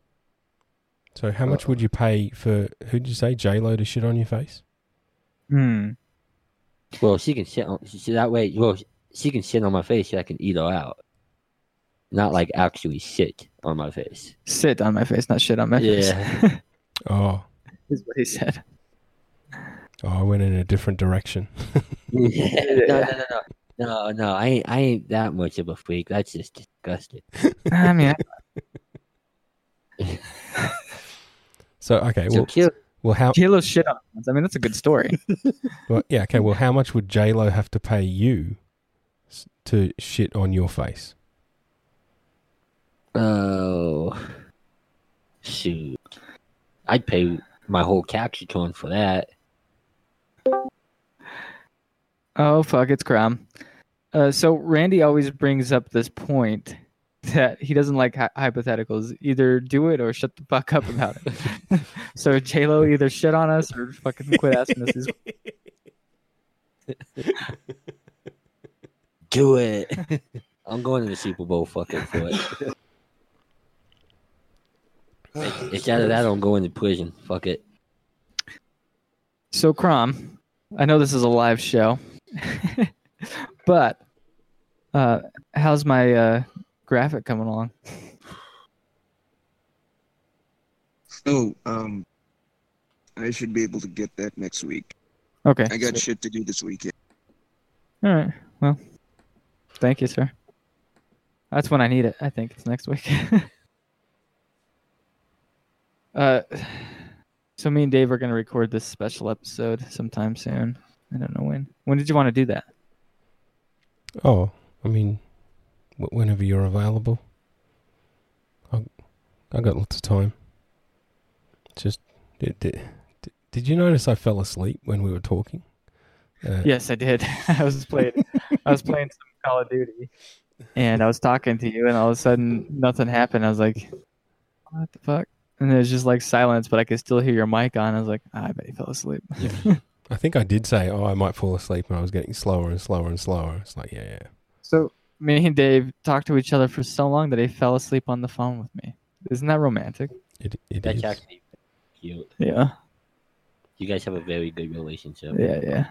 F: So how much would you pay for? Who'd you say J Lo to shit on your face?
D: Hmm.
G: Well, she can sit on she, that way. Well, she can sit on my face. so I can eat her out. Not like actually sit on my face.
D: Sit on my face, not shit on my face.
F: Oh,
D: is what he said.
F: oh, I went in a different direction.
G: no, no, no, no, no, no. I ain't, I ain't that much of a freak. That's just disgusting.
D: I mean,
F: So okay,
G: So
F: well,
G: cute.
F: well, how?
D: Kilo's shit on. us. I mean, that's a good story.
F: Well, yeah, okay. Well, how much would J Lo have to pay you s- to shit on your face?
G: Oh, shoot! I'd pay my whole tax return for that.
D: oh fuck, it's Crom. Uh, so Randy always brings up this point that he doesn't like hy- hypotheticals. Either do it or shut the fuck up about it. so J Lo either shit on us or fucking quit asking us. These-
G: Do it. I'm going to the Super Bowl fucking for it. It's out of that. I'm going to prison. Fuck it.
D: So, Crom, I know this is a live show, but uh, how's my uh, graphic coming along?
H: Oh, um, I should be able to get that next week.
D: Okay.
H: I got shit to do this weekend.
D: All right. Well, thank you, sir. That's when I need it. I think it's next week. uh, so me and Dave are going to record this special episode sometime soon. I don't know when. When did you want to do that?
F: Oh, I mean, wh- whenever you're available. I, I got lots of time. Just did, did, did you notice I fell asleep when we were talking? Uh,
D: Yes, I did. I was playing. I was playing some Call of Duty, and I was talking to you, and all of a sudden nothing happened. I was like, "What the fuck?" And there's just like silence, but I could still hear your mic on. I was like, "Ah, "I bet he fell asleep."
F: I think I did say, oh, I might fall asleep, and I was getting slower and slower and slower. It's like, yeah, yeah.
D: So me and Dave talked to each other for so long that he fell asleep on the phone with me. Isn't that romantic?
F: It, it
G: That's
F: is.
G: actually cute.
D: Yeah.
G: You guys have a very good relationship.
D: Yeah, yeah.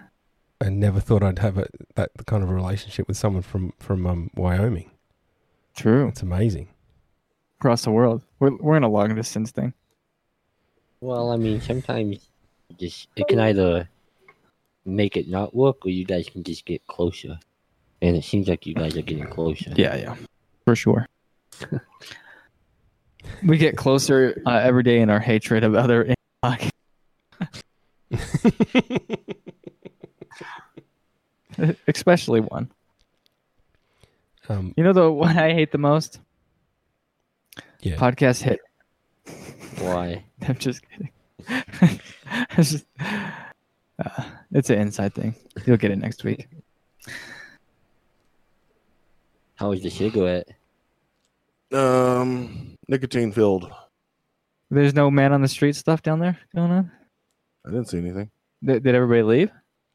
F: I never thought I'd have a, that kind of a relationship with someone from from um, Wyoming.
D: True.
F: It's amazing.
D: Across the world. We're we're in a long distance thing.
G: Well, I mean, sometimes you just it can either make it not work, or you guys can just get closer. And it seems like you guys are getting closer.
D: Yeah, yeah. For sure. we get closer uh, every day in our hatred of other especially one.
F: um,
D: You know the one I hate the most?
F: Yeah.
D: Podcast hit.
G: Why?
D: I'm just kidding. it's, just- uh, it's an inside thing. You'll get it next week.
G: How is the cigarette?
E: Um, nicotine filled.
D: There's no man on the street stuff down there going on.
E: I didn't see anything.
D: Did, did everybody leave?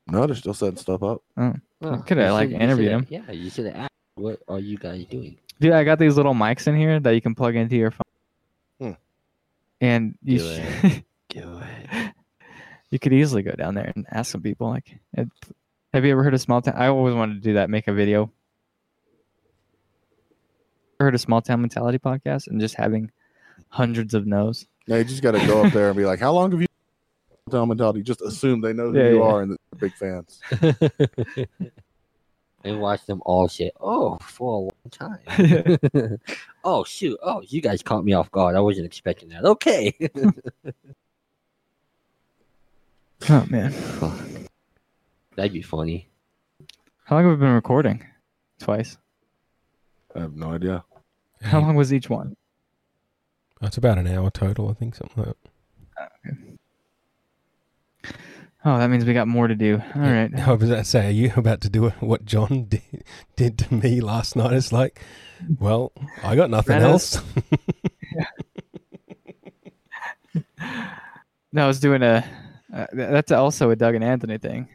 E: No, they're still setting stuff up.
D: Oh, coulda,
G: you
D: like,
G: should- you
D: interviewed
G: shoulda- Yeah, you should have asked. What are you guys doing?
D: Dude, I got these little mics in here that you can plug into your phone.
E: Hmm.
D: And you
G: Do
D: sh-
G: Do it.
D: you could easily go down there and ask some people like have have you ever heard of small town I always wanted to do that, make a video. Heard of small town mentality podcast and just having hundreds of no's.
E: Now you just got to go up there and be like, "How long have you?" Down mentality. Just assume they know who
D: Yeah,
E: you
D: yeah.
E: are and that they're big fans.
G: and watch them all shit. Oh, for a long
D: Yeah.
G: time. oh shoot! Oh, you guys caught me off guard. I wasn't expecting that. Okay.
D: Oh man.
G: That'd be funny.
D: How long have we been recording? Twice.
E: I have no idea.
D: How long was each one?
F: It's about an hour total, I think, something like that.
D: Oh, that means we got more to do. All right.
F: I was about to say, are you about to do what John did, did to me last night? It's like, well, I got nothing
D: That
F: else.
D: No, I was doing a. Uh, th- that's also a Doug and Anthony thing,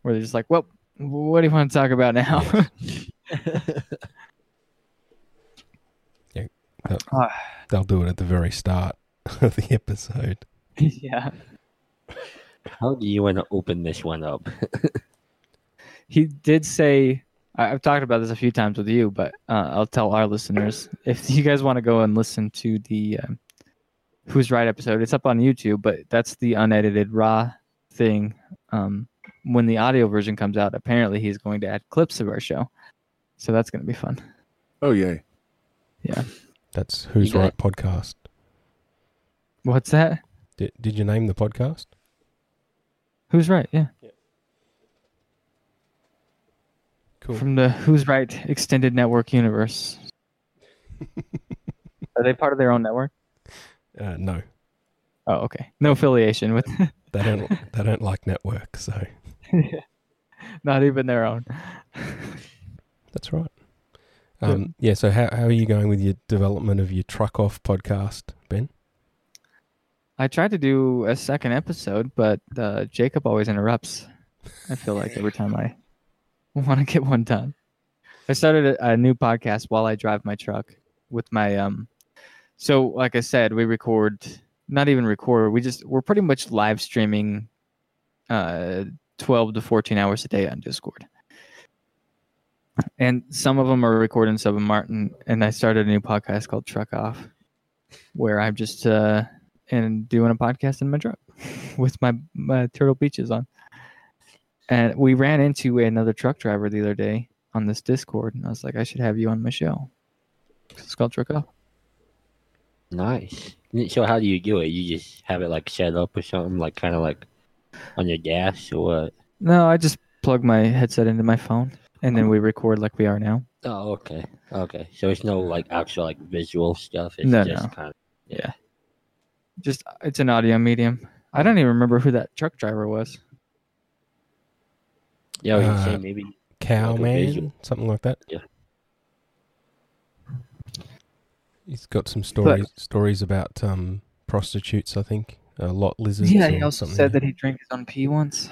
D: where they're just like, "Well, what do you want to talk about now?"
F: They'll do it at the very start of the episode.
D: yeah,
G: How do you want to open this one up?
D: he did say. I- I've talked about this a few times with you, but uh, I'll tell our listeners if you guys want to go and listen to the um, "Who's Right" episode. It's up on YouTube, but that's the unedited raw thing. Um, when the audio version comes out, apparently he's going to add clips of our show, so that's going to be fun.
E: Oh yay!
F: That's Who's
G: You got
F: Right podcast.
D: What's that?
F: Did, did you name the podcast?
D: Who's right? Yeah.
F: Cool.
D: From the Who's Right Extended Network universe. Are they part of their own network?
F: Uh, no,
D: Oh, okay. No affiliation with,
F: they don't. they don't like network, so
D: not even their own.
F: that's right. Um, yeah. So how how are you going with your development of your truck off podcast, Ben?
D: I tried to do a second episode, but uh, Jacob always interrupts. I feel like every time I want to get one done. I started a, a new podcast while I drive my truck with my um, so like I said, we record not even record. We just we're pretty much live streaming uh 12 to 14 hours a day on Discord. And some of them are recorded, some of them aren't. And, and I started a new podcast called Truck Off, where I'm just uh, and doing a podcast in my truck with my, my Turtle Beaches on. And we ran into another truck driver the other day on this Discord, and I was like, I should have you on my show. It's called Truck Off.
G: Nice. So how do you do it? You just have it like set up or something, like kind of like on your gas or what?
D: No, I just plug my headset into my phone, and then we record like we are now.
G: Oh, okay, okay. So it's no like actual like visual stuff. It's
D: No,
G: just
D: no.
G: kind of
D: Just it's an audio medium. I don't even remember who that truck driver was.
G: yeah. we can
F: Uh,
G: say maybe
F: Cowman,
G: visual.
F: something like that.
G: Yeah.
F: He's got some stories stories about um, prostitutes, I think. A lot lizards.
D: Yeah, he
F: or
D: also
F: something.
D: said that he drank his own pee once.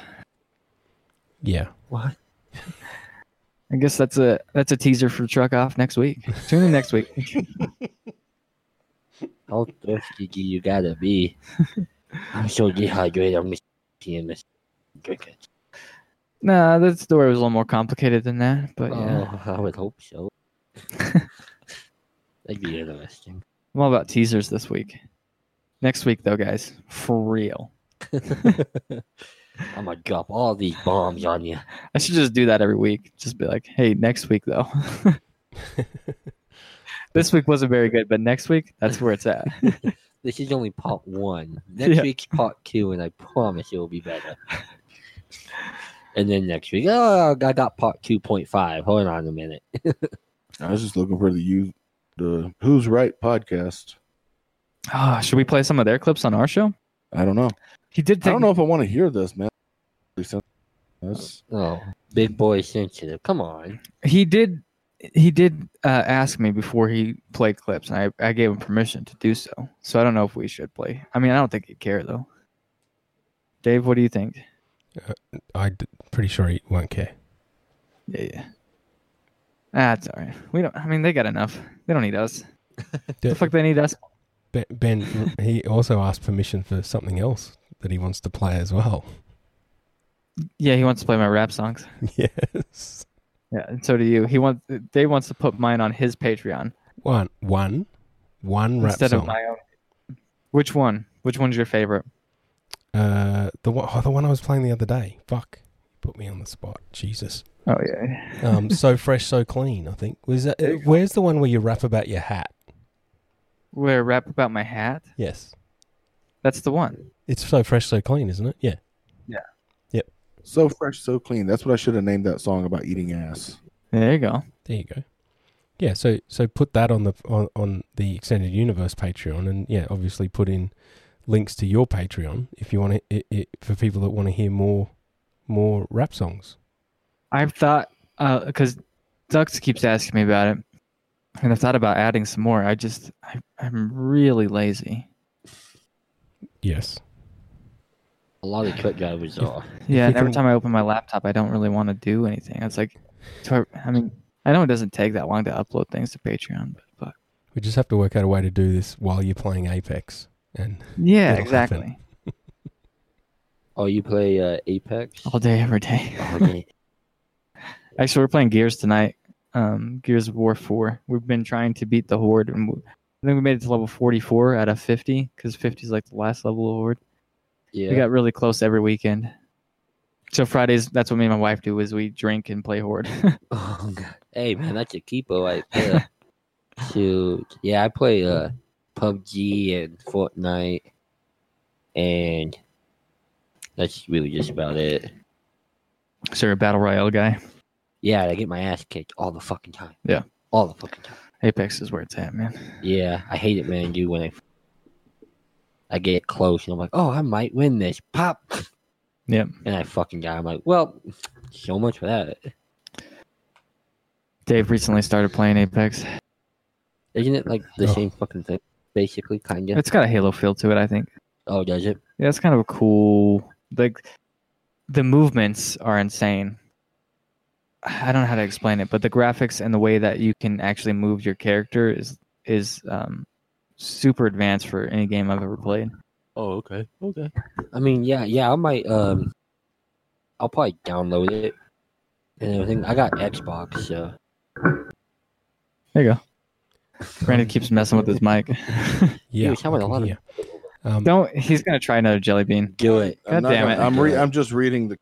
F: Yeah.
G: what?
D: I guess that's a that's a teaser for truck off next week. Tune in next week.
G: How thirsty do you gotta be? I'm so dehydrated. I'm just seeing this. Drink it.
D: Nah, that story was a little more complicated than that, but yeah,
G: Oh, I would hope so. That'd be interesting.
D: I'm all about teasers this week. Next week, though, guys, for real,
G: I'm gonna drop Oh all these bombs on you.
D: I should just do that every week. Just be like, hey, next week though. this week wasn't very good, but next week, that's where it's at.
G: This is only part one. Next
D: Yeah.
G: week's part two, and I promise it will be better. and then next week, oh, I got part two point five. Hold on a minute.
E: I was just looking for the you the Who's Right podcast.
D: Ah, should we play some of their clips on our show?
E: I don't know.
D: He did.
E: I
D: Take,
E: don't know if I want to hear this, man. That's
G: Oh, big boy sensitive. Come on.
D: He did. He did uh, ask me before he played clips, and I, I gave him permission to do so. So I don't know if we should play. I mean, I don't think he'd care though. Dave, what do you think?
F: I'm pretty sure he won't care.
D: Yeah, yeah. That's all right. We don't. I mean, they got enough. They don't need us.
F: Yeah.
D: The fuck they need us.
F: Ben, ben he also asked permission for something else that he wants to play as well.
D: Yeah, he wants to play my rap songs.
F: yes.
D: Yeah, and so do you. He wants. Dave wants to put mine on his Patreon
F: One, one, one rap
D: instead
F: song.
D: of my own. Which one? Which one's your favorite?
F: uh, the one, oh, the one I was playing the other day. Fuck, put me on the spot. Jesus.
D: Oh yeah.
F: Um, so fresh, so clean. I think was that, uh, where's the one where you rap about your hat?
D: Where rap about my hat?
F: Yes,
D: That's the one.
F: it's so fresh, so clean, isn't it? Yeah.
E: so fresh, so clean. That's what I should have named that song about eating ass.
D: There you go.
F: There you go. Yeah, so so put that on the on, on the extended universe Patreon, and yeah, obviously put in links to your Patreon if you want to it, it, for people that want to hear more more rap songs.
D: I've thought because Dux keeps asking me about it, and I've thought about adding some more. I just I, I'm really lazy.
F: Yes,
G: A lot of truck drivers are.
D: Yeah,
F: you
D: and every
F: can-
D: time I open my laptop, I don't really want to do anything. It's like, do I, I mean, I know it doesn't take that long to upload things to Patreon, but, but
F: we just have to work out a way to do this while you're playing Apex, and
D: yeah,
F: It'll happen.
D: exactly.
G: Oh, you play uh, Apex?
D: All day, every day.
G: Okay.
D: Actually, we're playing Gears tonight. Um, Gears of War Four. We've been trying to beat the Horde, and we, I think we made it to level 44 out of 50 because 50 is like the last level of Horde.
G: Yeah.
D: We got really close every weekend. So Fridays, that's what me and my wife do: is we drink and play Horde.
G: Oh, God. Hey, man, that's a keeper right there. Shoot. Yeah, I play uh, PUBG and Fortnite, and that's really just about it.
D: so you're a battle royale guy.
G: Yeah, I get my ass kicked all the fucking time.
D: Yeah.
G: All the fucking time.
D: Apex is where it's at, man.
G: Yeah, I hate it, man, dude, when I, I get close and I'm like, oh, I might win this. Pop.
D: Yep.
G: And I fucking die. I'm like, well, so much for that.
D: Dave recently started playing Apex.
G: Isn't it like the
F: Oh.
G: same fucking thing? Basically, kind of.
D: It's got a Halo feel to it, I think.
G: Oh, does it?
D: Yeah, it's kind of a cool. Like the movements are insane. I don't know how to explain it, but the graphics and the way that you can actually move your character is is um, super advanced for any game I've ever played.
G: Oh, okay. Okay. I mean, yeah, yeah, I might um I'll probably download it and everything. I got Xbox, so
D: There you go. Brandon keeps messing with his mic.
F: Yeah,
G: Dude, how
F: I
G: about a
F: can
G: lot of-
F: hear. Um,
D: Don't. He's gonna try another jelly bean.
G: do it.
D: God
E: not
D: damn
E: gonna-
D: it.
E: I'm re- I'm just reading the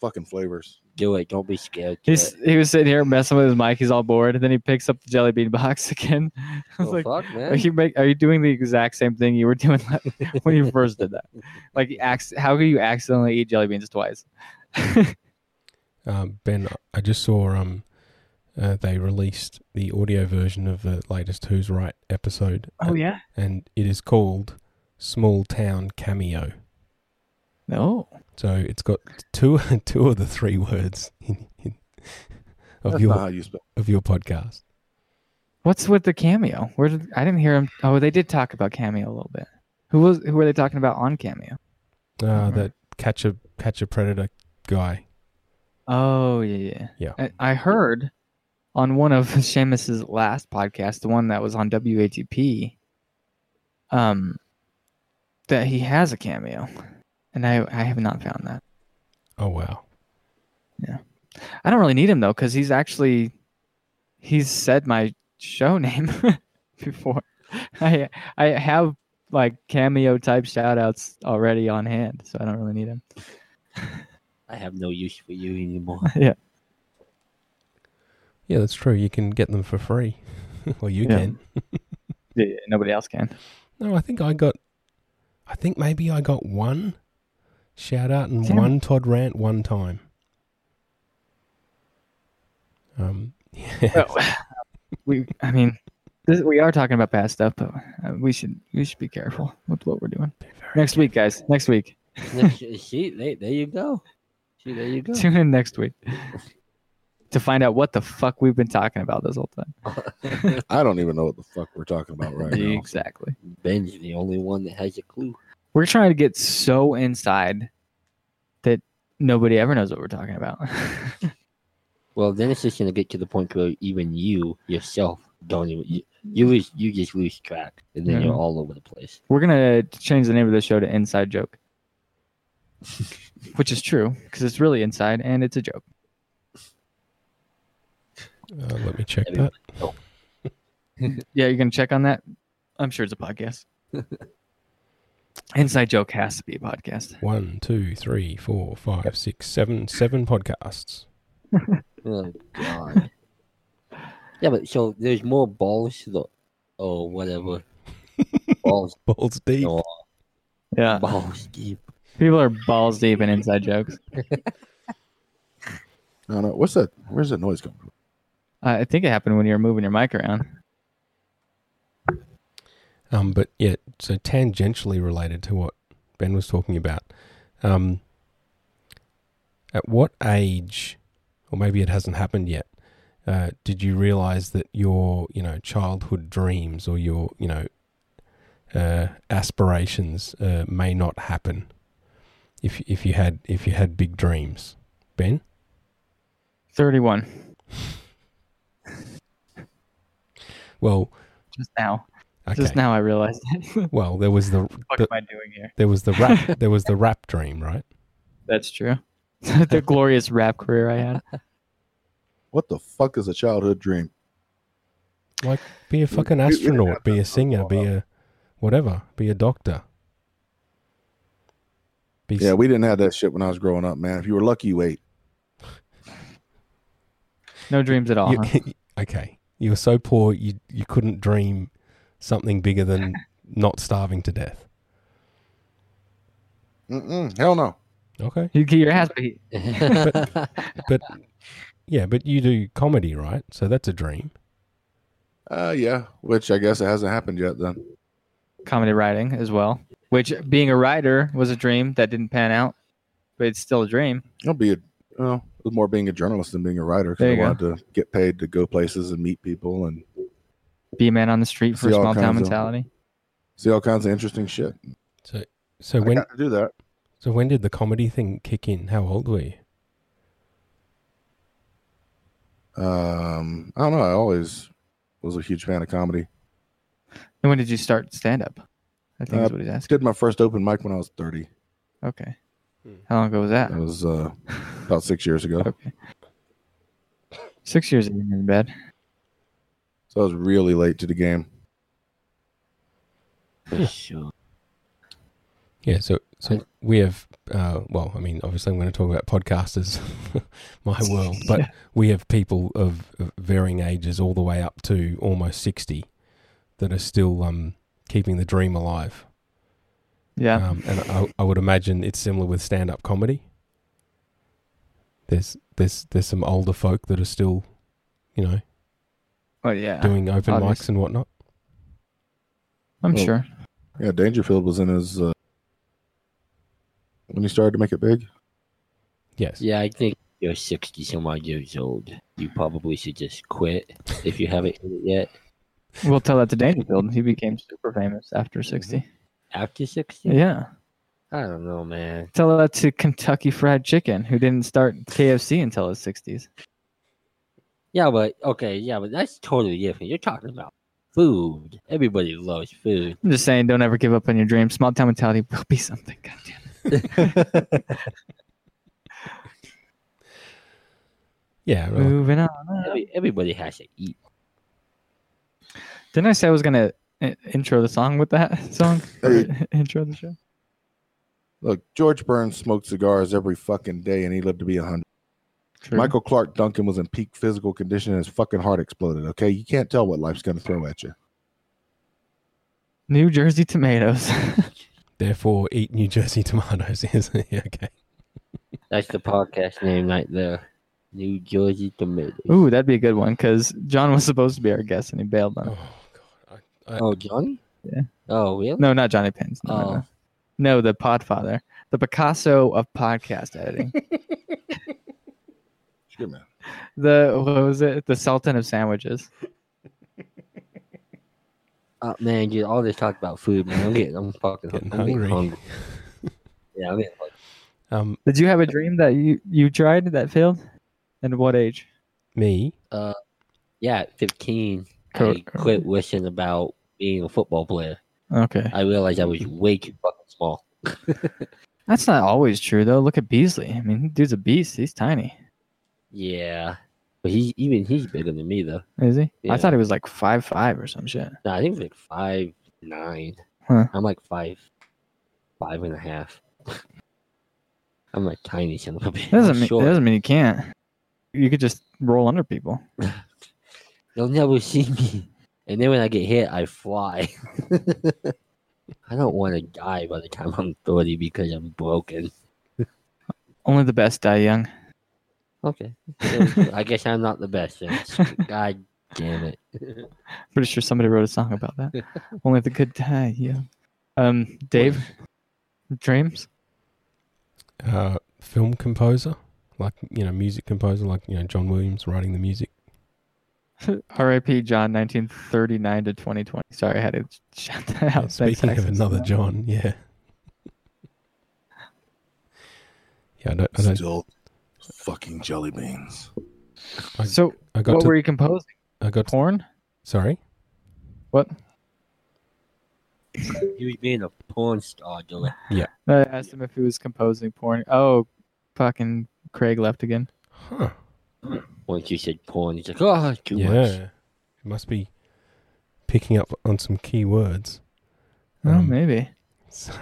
E: fucking flavors.
G: Do it. Don't be scared. Do
D: He's
G: it.
D: he was sitting here messing with his mic. He's all bored. And then he picks up the jelly bean box again. I was
G: Well,
D: like,
G: fuck, man.
D: are you make, Are you doing the exact same thing you were doing when you first did that? Like, acc- how could you accidentally eat jelly beans twice?
F: um, ben, I just saw um, uh, they released the audio version of the latest Who's Right episode.
A: Oh,
F: uh,
D: yeah.
F: and it is called Small Town Cameo.
D: No.
F: So it's got two two of the three words in, in, of
E: That's
F: your
E: not how you spell.
F: of your podcast.
D: What's with the cameo? Where did I didn't hear him? Oh, they did talk about cameo a little bit. Who was? Who were they talking about on cameo?
F: Uh,
D: Alright.
F: That catch a catch a predator guy.
D: Oh yeah,
F: Yeah.
D: yeah. I, I heard on one of Seamus's last podcast, the one that was on WATP, um, that he has a cameo, and I I have not found that.
F: Oh wow.
D: I don't really need him though, because he's actually he's said my show name before. I I have like cameo type shout outs already on hand, so I don't really need him.
G: I have no use for you anymore.
F: Yeah, that's true. You can get them for free. well, you
D: Yeah.
F: can.
D: Yeah, nobody else can.
F: No, I think I got. I think maybe I got one shout out and
D: Damn
F: one Todd rant one time. Um. Yeah.
D: we i mean this, we are talking about bad stuff but uh, we should we should be careful with what we're doing next week guys next week
G: See, there, there you go. See, there you go.
D: tune in next week to find out what the fuck we've been talking about this whole time
E: I don't even know what the fuck we're talking about right now.
D: exactly
G: Ben's the only one that has a clue.
D: we're trying to get so inside that nobody ever knows what we're talking about
G: Well, then it's just gonna get to the point where even you yourself don't even you you, lose, you just lose track, and then
D: Yeah.
G: you're all over the place.
D: we're gonna change the name of the show to inside joke which is true because it's really inside and it's a joke
F: Uh, let me check that.
G: Everybody-
D: Yeah, you're gonna check on that. I'm sure it's a podcast. Inside joke has to be a podcast.
F: One, two, three, four, five, six, seven, seven podcasts.
G: Oh god. yeah, but so there's more balls to the oh whatever. balls
F: Balls deep.
G: no,
D: Yeah,
G: balls deep.
D: people are balls deep in inside jokes.
E: No, no. What's that? Where's that noise coming from?
D: Uh, I think it happened when you were moving your mic around.
F: Um, but yeah, so tangentially related to what Ben was talking about. Um, at what age, or maybe it hasn't happened yet, uh, did you realize that your you know childhood dreams or your you know uh, aspirations uh, may not happen if if you had if you had big dreams, Ben?
D: Thirty-one,
F: Well,
D: just now.
F: okay.
D: Just now I realized. what
F: Well, there was the,
D: am
F: the
D: I doing here?
F: there was the rap there was the rap dream, right?
D: That's true. the glorious rap career I had.
E: What the fuck is a childhood dream?
F: Like, be a fucking astronaut, be a singer, be a whatever, be a doctor. Be s-
E: Yeah, we didn't have that shit when I was growing up, man. If you were lucky, you ate.
D: No dreams at all.
F: you-
D: huh?
F: okay. You were so poor, you you couldn't dream something bigger than not starving to death.
E: Mm-mm, hell no.
F: Okay,
D: You get your ass beat.
F: but yeah, but you do comedy, right? So that's a dream.
E: Uh, yeah. Which I guess it hasn't happened yet. Then
D: Comedy writing as well, which being a writer was a dream that didn't pan out, but it's still a dream.
E: I'll be a. Well, it was more being a journalist than being a writer
D: There
E: because I
D: you go.
E: wanted to get paid to go places and meet people and
D: Be a man on the street for
E: See all
D: small town
E: kinds of-
D: mentality.
E: see all kinds of interesting shit.
F: So so
E: I
F: when
E: got to do that.
F: so when did the comedy thing kick in? How old were you?
E: Um, I don't know. I always was a huge fan of comedy.
D: And when did you start stand up? I think
E: Uh,
D: is what he's asking.
E: Did my first open mic when I was 30.
D: Okay. How long ago was that?
E: That was uh, about six years ago.
D: Okay. Six years ain't even bad.
E: So I was really late to the game.
G: For sure.
F: Yeah, so so we have uh, well, I mean, obviously I'm going to talk about podcasters, my world, but we have people of, of varying ages all the way up to almost 60 that are still um, keeping the dream
E: Uh,
F: alive.
D: Yeah.
F: Um, and I, I would imagine it's similar with stand-up comedy. There's there's there's some older folk that are still, you know,
D: oh yeah.
F: doing open
D: obvious.
F: mics and whatnot.
D: I'm
E: Well,
D: sure.
E: Yeah, Dangerfield was in his uh, when he started to make it big.
F: Yes.
G: Yeah, I think you're 60 some odd years old. You probably should just quit if you haven't hit it yet.
D: We'll tell that to Dangerfield. He became super famous after 60.
G: After 60?
D: Yeah.
G: I don't know, man.
D: Tell that to Kentucky Fried Chicken, who didn't start KFC until his 60s.
G: Yeah, but okay, yeah, but that's totally different. You're talking about food. Everybody loves food.
D: I'm just saying, don't ever give up on your dream. Small town mentality will be something. God damn it.
F: Yeah. Right.
D: Moving on.
G: Every, everybody has to eat.
D: Didn't I say I was going to intro the song with that song? Or intro the show?
E: Look, George Burns smoked cigars every fucking day, and he lived to be hundred.
D: True.
E: Michael Clark Duncan was in peak physical condition, and his fucking heart exploded. Okay, you can't tell what life's gonna throw at you.
D: New Jersey tomatoes.
F: Therefore, eat New Jersey tomatoes. Is okay.
G: That's the podcast name right there. New Jersey Tomatoes.
D: Ooh, that'd be a good one because John was supposed to be our guest and he bailed on it.
F: Oh God. I, I,
G: Oh, Johnny?
D: Yeah.
G: Oh, really?
D: No, not Johnny Pins. No, no,
G: Oh.
D: no. no, the Podfather, the Picasso of podcast editing,
E: Sure, man.
D: the what was it? The Sultan of sandwiches.
G: Oh, man, dude, all this talk about food, man. I'm getting, I'm fucking
F: Getting
G: I'm getting
F: hungry.
G: hungry. yeah, I'm getting hungry.
F: um,
D: Did you have a dream that you you tried that failed? And what age?
F: me.
G: Yeah, at 15,
D: Cor-
G: I quit wishing about being a football player.
D: Okay,
G: I realized I was way too fucking small.
D: that's not always true though. Look at Beasley. I mean, dude's a beast. He's tiny.
G: Yeah, but he's even he's bigger than me though.
D: Is he? I
G: Yeah.
D: thought he was like five five or some shit.
G: No, I think he's like five nine.
D: Huh.
G: I'm like five, five and a half. I'm like tiny son of a bitch.
D: That doesn't
G: I'm
D: mean
G: short.
D: that doesn't mean you can't. You could just roll under people.
G: They'll never see me. And then when I get hit, I fly. I don't want to die by the time I'm 30 because I'm broken.
D: Only the best die young.
G: Okay. So, I guess I'm not the best. Then. God damn it.
D: Pretty sure somebody wrote a song about that. Only the good die. Yeah. Um, Dave, dreams.
F: Uh, film composer, like you know, music composer, like you know, John Williams writing the music.
D: R.I.P. John, 1939 to 2020. Sorry, I had to shout that out. Thanks,
F: Speaking of
D: Axis.
F: another John, yeah. Yeah, I don't. I, don't,
E: Still fucking jelly beans.
D: So,
F: I got
D: what
F: to.
D: were you composing?
F: I got. To,
D: Porn?
F: sorry.
D: What?
G: He was being a porn star, dude.
D: I asked him if he was composing porn. Oh, fucking Craig left again.
F: Huh.
G: Once you said porn, he's like, oh, too
F: yeah.
G: much.
F: It must be picking up on some key words.
D: Oh,
F: Um,
D: maybe.
F: So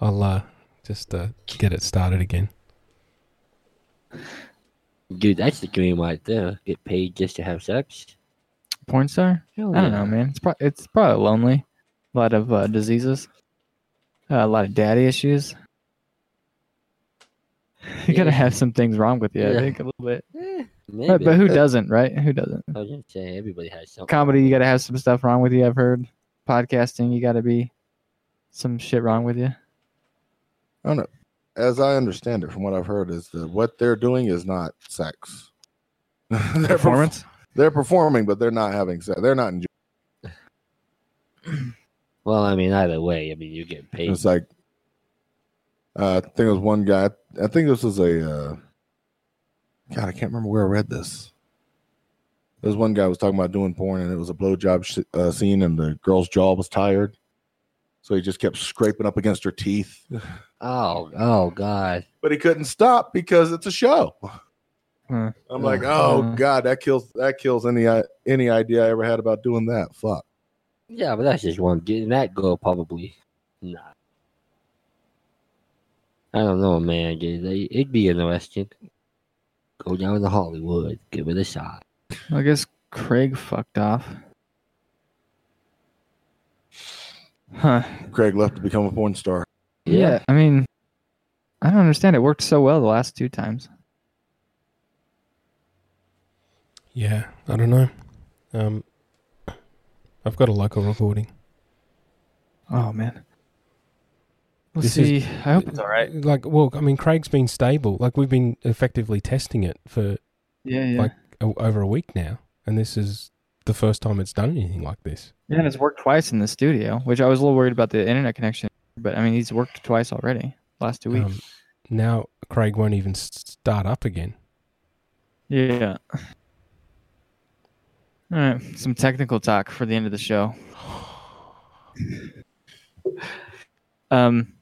F: I'll uh, just uh, get it started again.
G: Dude, that's the dream right there. Get paid just to have sex.
D: Porn star?
G: Hell
D: I don't
G: Oh, yeah.
D: know, man. It's probably it's probably lonely. A lot of uh, diseases. Uh, a lot of daddy issues. You gotta
G: Yeah.
D: have some things wrong with you. I
G: Yeah. Eh,
D: think a little bit.
G: Maybe.
D: But, but who doesn't, right? Who doesn't?
G: I was gonna say everybody has something.
D: comedy you got to have some stuff wrong with you i've heard podcasting you got to be some shit wrong with you
E: I don't know. As I understand it, from what I've heard, is that what they're doing is not sex. They're perf- they're performing, but they're not having sex. They're not enjoying.
G: Well, I mean, either way, I mean, you get paid.
E: It's like uh, I think it was one guy. I think this was a uh, God. I can't remember where I read this. This one guy was talking about doing porn, and it was a blowjob sh- uh, scene, and the girl's jaw was tired, so he just kept scraping up against her teeth,
G: Oh, oh God.
E: but he couldn't stop because it's a show.
D: Hmm.
E: I'm like, oh
D: Mhm.
E: god, that kills that kills any i- any idea I ever had about doing that. Fuck.
G: Yeah, but that's just one dude. And that girl probably nah. I don't know, man. Dude. They- It'd be interesting. Go down to Hollywood, give it a shot.
D: Well, I guess Craig fucked off. Huh.
E: Craig left to become a porn star.
G: Yeah.
D: I mean, I don't understand. It worked so well the last two times.
F: Yeah, I don't know. Um, I've got a local recording.
D: Oh man. We'll
F: This
D: see.
F: is-
D: I hope it's all right.
F: Like, well, I mean, Craig's been stable. Like, we've been effectively testing it for
D: Yeah, yeah.
F: Like- o- over a week now, and this is the first time it's done anything like this.
D: yeah, and it's worked twice in the studio, which I was a little worried about the internet connection. But I mean, he's worked twice already last two weeks.
F: Um, now Craig won't even s- start up again.
D: yeah. All right, some technical talk for the end of the show. um,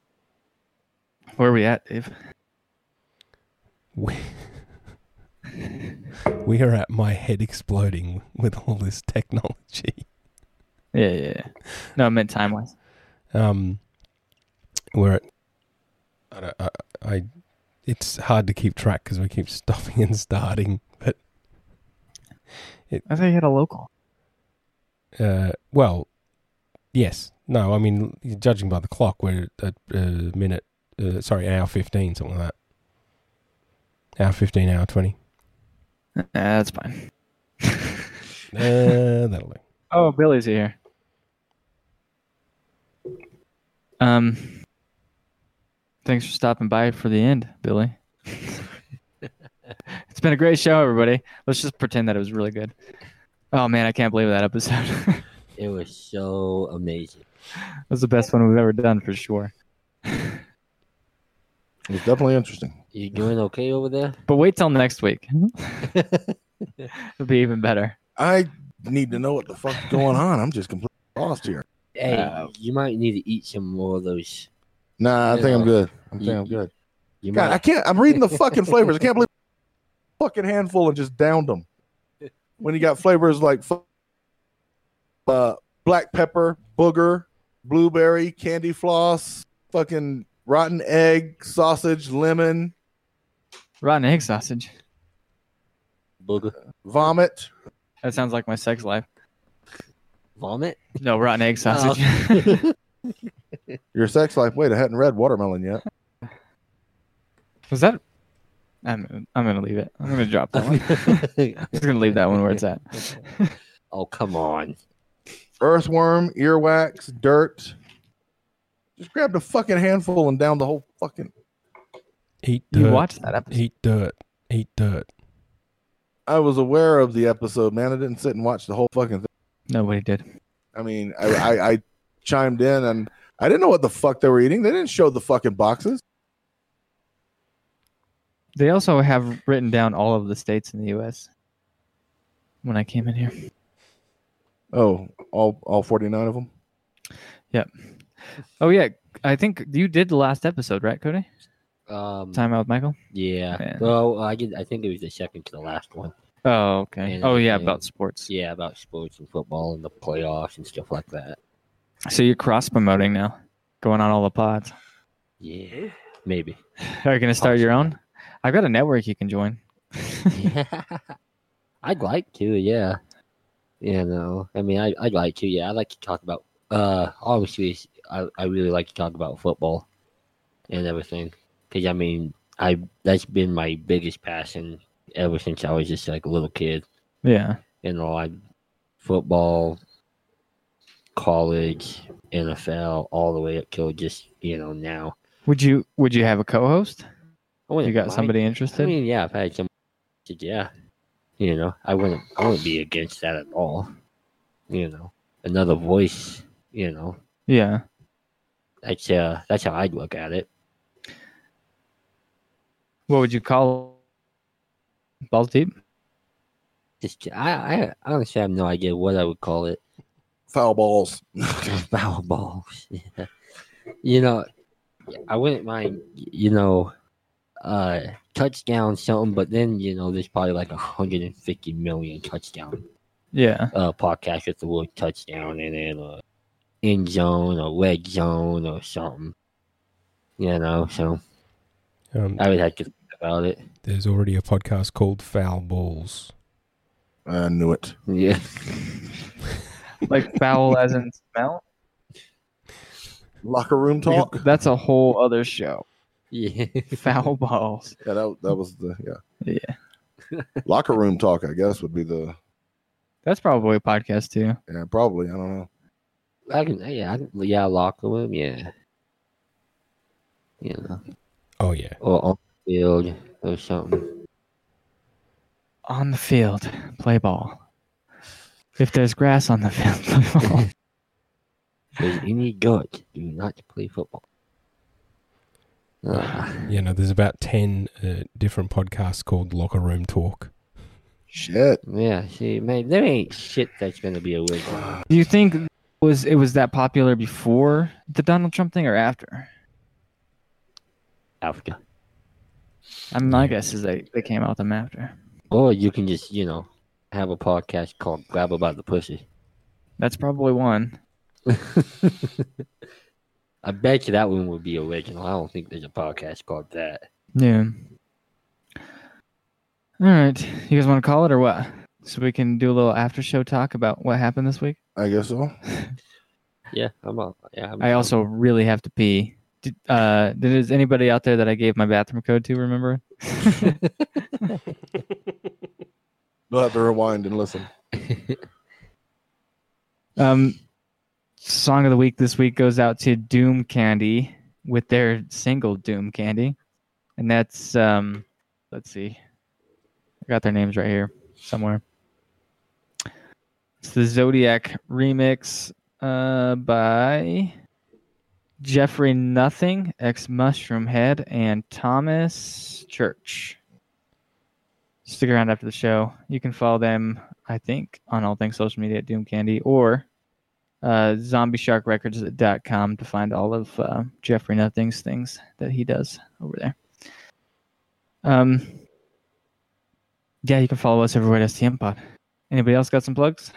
D: where are we at, Dave?
F: We, we are at my head exploding with all this technology.
D: Yeah, yeah. yeah. No, I meant time wise.
F: Um, we're at. I, don't- I, I it's hard to keep track because we keep stopping and starting. But
D: I thought you had a local.
F: uh, well, yes, no. I mean, judging by the clock, we're at a minute. Uh, sorry, an hour fifteen, something like that. Hour fifteen, hour twenty.
D: Nah, that's fine.
F: Uh, that'll do.
D: Oh, Billy's here. Um, thanks for stopping by for the end, Billy. it's been a great show, everybody. Let's just pretend that it was really good. Oh man, I can't believe that episode. that
G: It was so amazing.
D: was the best one we've ever done for sure.
E: It's definitely interesting.
G: You doing okay over there?
D: But wait till next week. It'll be even better.
E: I need to know what the fuck's going on. I'm just completely lost here.
G: Hey,
D: Uh,
G: you might need to eat some more of those.
E: Nah, I think I'm
G: Yeah.
E: good. I think
G: You-
E: I'm good.
G: You
E: God, I
G: might.
E: can't. I'm reading the fucking flavors. I can't believe fucking handful and just downed them. When you got flavors like fu- uh, black pepper, booger, blueberry, candy floss, fucking rotten egg, sausage, lemon,
D: Rotten egg sausage.
G: Booger.
E: vomit.
D: That sounds like my sex life.
G: Vomit?
D: No, rotten egg
G: Oh.
D: sausage.
E: Your sex life. Wait, I hadn't read watermelon yet.
D: Was that? I'm I'm gonna leave it. I'm gonna drop that one. I'm just gonna leave that one where it's at.
G: oh, come on.
E: Earthworm, earwax, dirt. Just grabbed a fucking handful and down the whole fucking.
F: Eat dirt.
D: You watched that episode.
F: Eat dirt. Eat dirt.
E: I was aware of the episode, man. I didn't sit and watch the whole fucking thing.
D: Nobody did.
E: I mean, I, I, I chimed in and I didn't know what the fuck they were eating. They didn't show the fucking boxes.
D: They also have written down all of the states in the U.S. When I came in here,
E: Oh, all all forty nine of them.
D: oh yeah, I think you did the last episode, right, Cody?
G: Um,
D: Time out with Michael.
G: yeah.
D: Man.
G: Well, I did. I think it was the second to the last one.
D: Oh okay.
G: And-
D: Oh yeah,
G: and-
D: about sports.
G: Yeah, about sports and football and the playoffs and stuff like that.
D: So you're cross promoting now, going on all the pods.
G: Yeah, maybe.
D: Are you gonna start your own? I've got a network you can join.
G: I'd like to, yeah. You know, I mean, I, I'd like to, yeah. I like to talk about, uh, obviously, I, I really like to talk about football and everything. Because, I mean, I that's been my biggest passion ever since I was just like a little kid.
D: Yeah.
G: You know, I football, college, NFL, all the way up till just, you know, now.
D: Would you Would you have a co-host?
G: I wouldn't
D: You got
G: mind-
D: somebody
G: I
D: interested?
G: mean, yeah, if I had some, yeah, you know, I wouldn't, I wouldn't be against that at all. You know, another voice. You know,
D: yeah.
G: that's uh, that's how I'd look at it.
D: What would you call balls deep?
G: Just, I, I honestly have no idea what I would call it.
I: Foul balls.
G: Foul balls. Yeah. You know, I wouldn't mind, you know, uh, touchdown something, but then, you know, there's probably like 150 million touchdown
D: Yeah.
G: uh, podcast with the word touchdown in it or end zone or red zone or something. You know, so
F: Um,
D: Uh,
G: I would have to think about it.
F: there's already a podcast called Foul Balls.
E: I knew it.
G: Yeah.
D: Like foul as in smell.
I: Locker room talk.
D: That's a whole other show.
G: Yeah.
D: Foul balls.
I: Yeah, that, that was the yeah.
D: Yeah.
I: Locker room talk, I guess, would be the
D: That's probably a podcast too.
I: yeah, probably. I don't know.
G: I can, yeah, I can, yeah, locker room, yeah. You know,
F: Oh yeah,
G: or on the field or something.
D: On the field, play ball. If there's grass on the field, play ball.
G: There's any gut, do not play football. Ah,
F: yeah. No, there's about ten uh, different podcasts called Locker Room Talk.
I: Shit.
G: yeah, see, man, there ain't shit that's gonna be a original.
D: Do you think it was it was that popular before the Donald Trump thing or after?
G: After,
D: I mean, my guess is they, they came out with them after.
G: or you can just, you know, have a podcast called "Grab About the Pussy."
D: That's probably one.
G: I bet you that one would be original. I don't think there's a podcast called that.
D: Yeah. All right, you guys want to call it or what? So we can do a little after show talk about what happened this week.
I: I guess so.
G: Yeah, I'm all. Yeah, I'm,
D: I also really have to pee. Did, uh, did is anybody out there that I gave my bathroom code to remember?
I: We'll have to rewind and listen.
D: Um, song of the week this week goes out to Doom Candy with their single Doom Candy, and that's um, let's see, I got their names right here somewhere. It's the Zodiac remix uh, by Jeffrey Nothing, ex Mushroom Head, and Thomas Church. Stick around after the show. You can follow them, I think, on all things social media at Doom Candy or uh, zombiesharkrecords.com to find all of uh, Jeffrey Nothing's things that he does over there. Um, yeah, you can follow us everywhere at STM Pod. Anybody else got some plugs?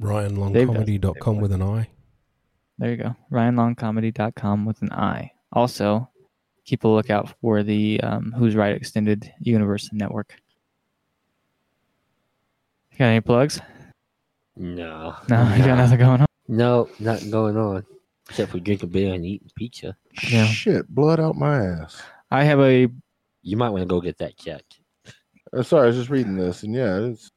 F: RyanLongComedy.com with an I.
D: There you go. RyanLongComedy.com with an I. Also, keep a lookout for the um, Who's Right Extended Universe Network. You got any plugs?
G: no,
D: No, you got nothing going on.
G: no, nothing going on except for drinking beer and eating pizza.
D: Yeah.
I: Shit, blood out my ass.
D: I have a
G: You might want to go get that checked.
I: Uh, sorry, I was just reading this, and yeah, it's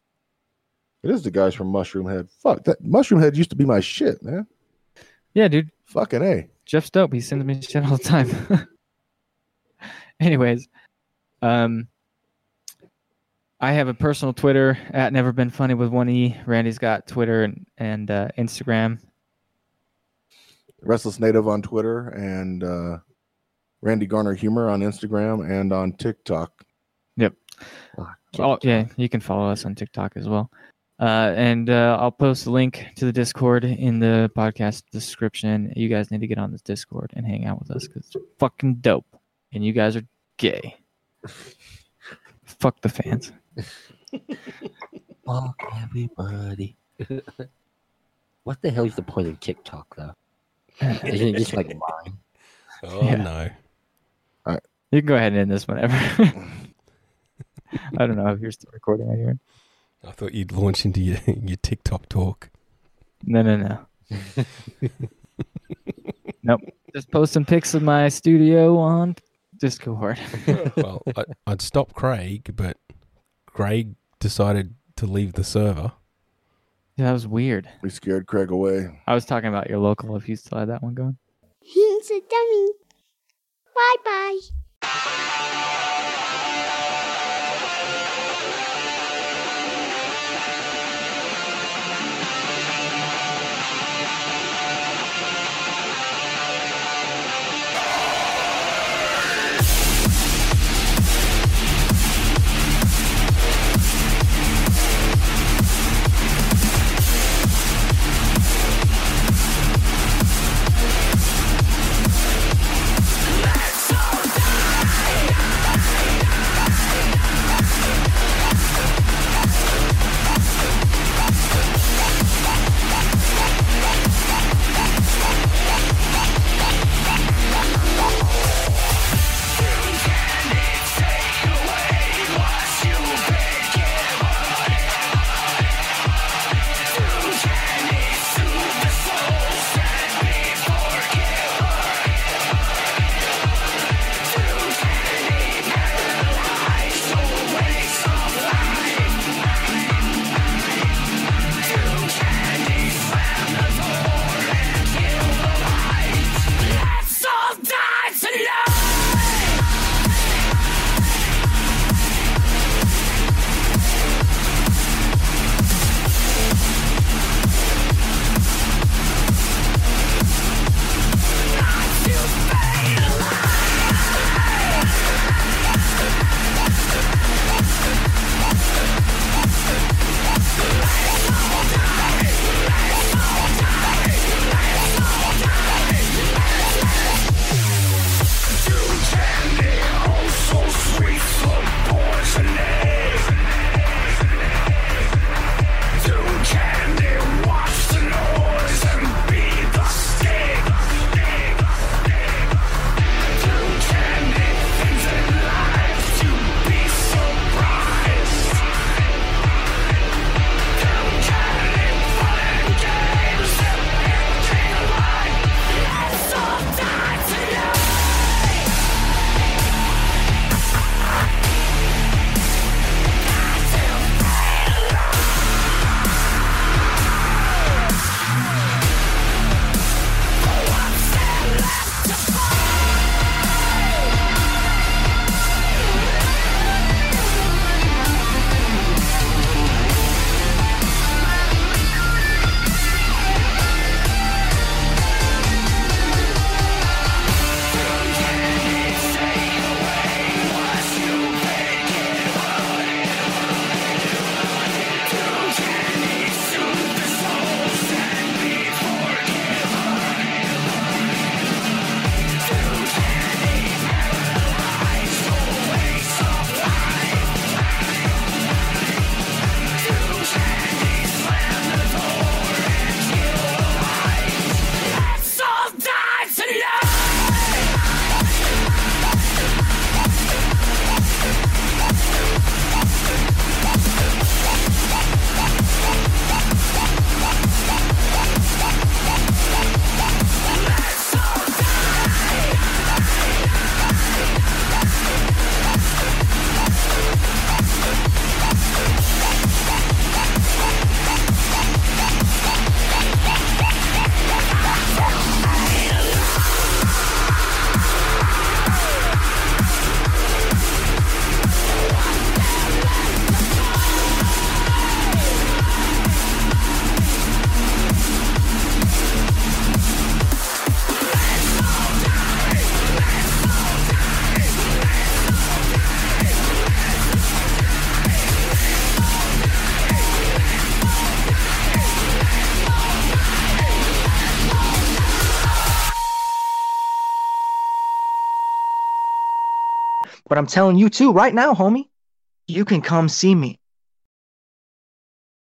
I: it is the guys from Mushroom Head. Fuck that Mushroom Head used to be my shit, man.
D: yeah, dude.
I: Fucking a.
D: Jeff's dope. He sends me shit all the time. Anyways, um, I have a personal Twitter at Never Been Funny with one e. Randy's got Twitter and and uh, Instagram.
I: Restless Native on Twitter and uh, Randy Garner humor on Instagram and on TikTok.
D: Oh yeah, you can follow us on TikTok as well. Uh, and uh, I'll post a link to the Discord in the podcast description. You guys need to get on this Discord and hang out with us because it's fucking dope. And you guys are gay. Fuck the fans.
G: Fuck everybody. what the hell is the point of TikTok though? Isn't it just like mine?
F: Oh
D: Yeah.
F: no.
D: You can go ahead and end this whenever. I don't know if you're still recording right here.
F: I thought you'd launch into your, your TikTok talk.
D: No, no, no. nope. Just post some pics of my studio on Discord.
F: well, I, I'd stop Craig, but Craig decided to leave the server.
D: Yeah, that was weird.
I: We scared Craig away.
D: I was talking about your local if you still had that one going.
J: He's a dummy. Bye bye.
A: But I'm telling you too, right now, homie, you can come see me.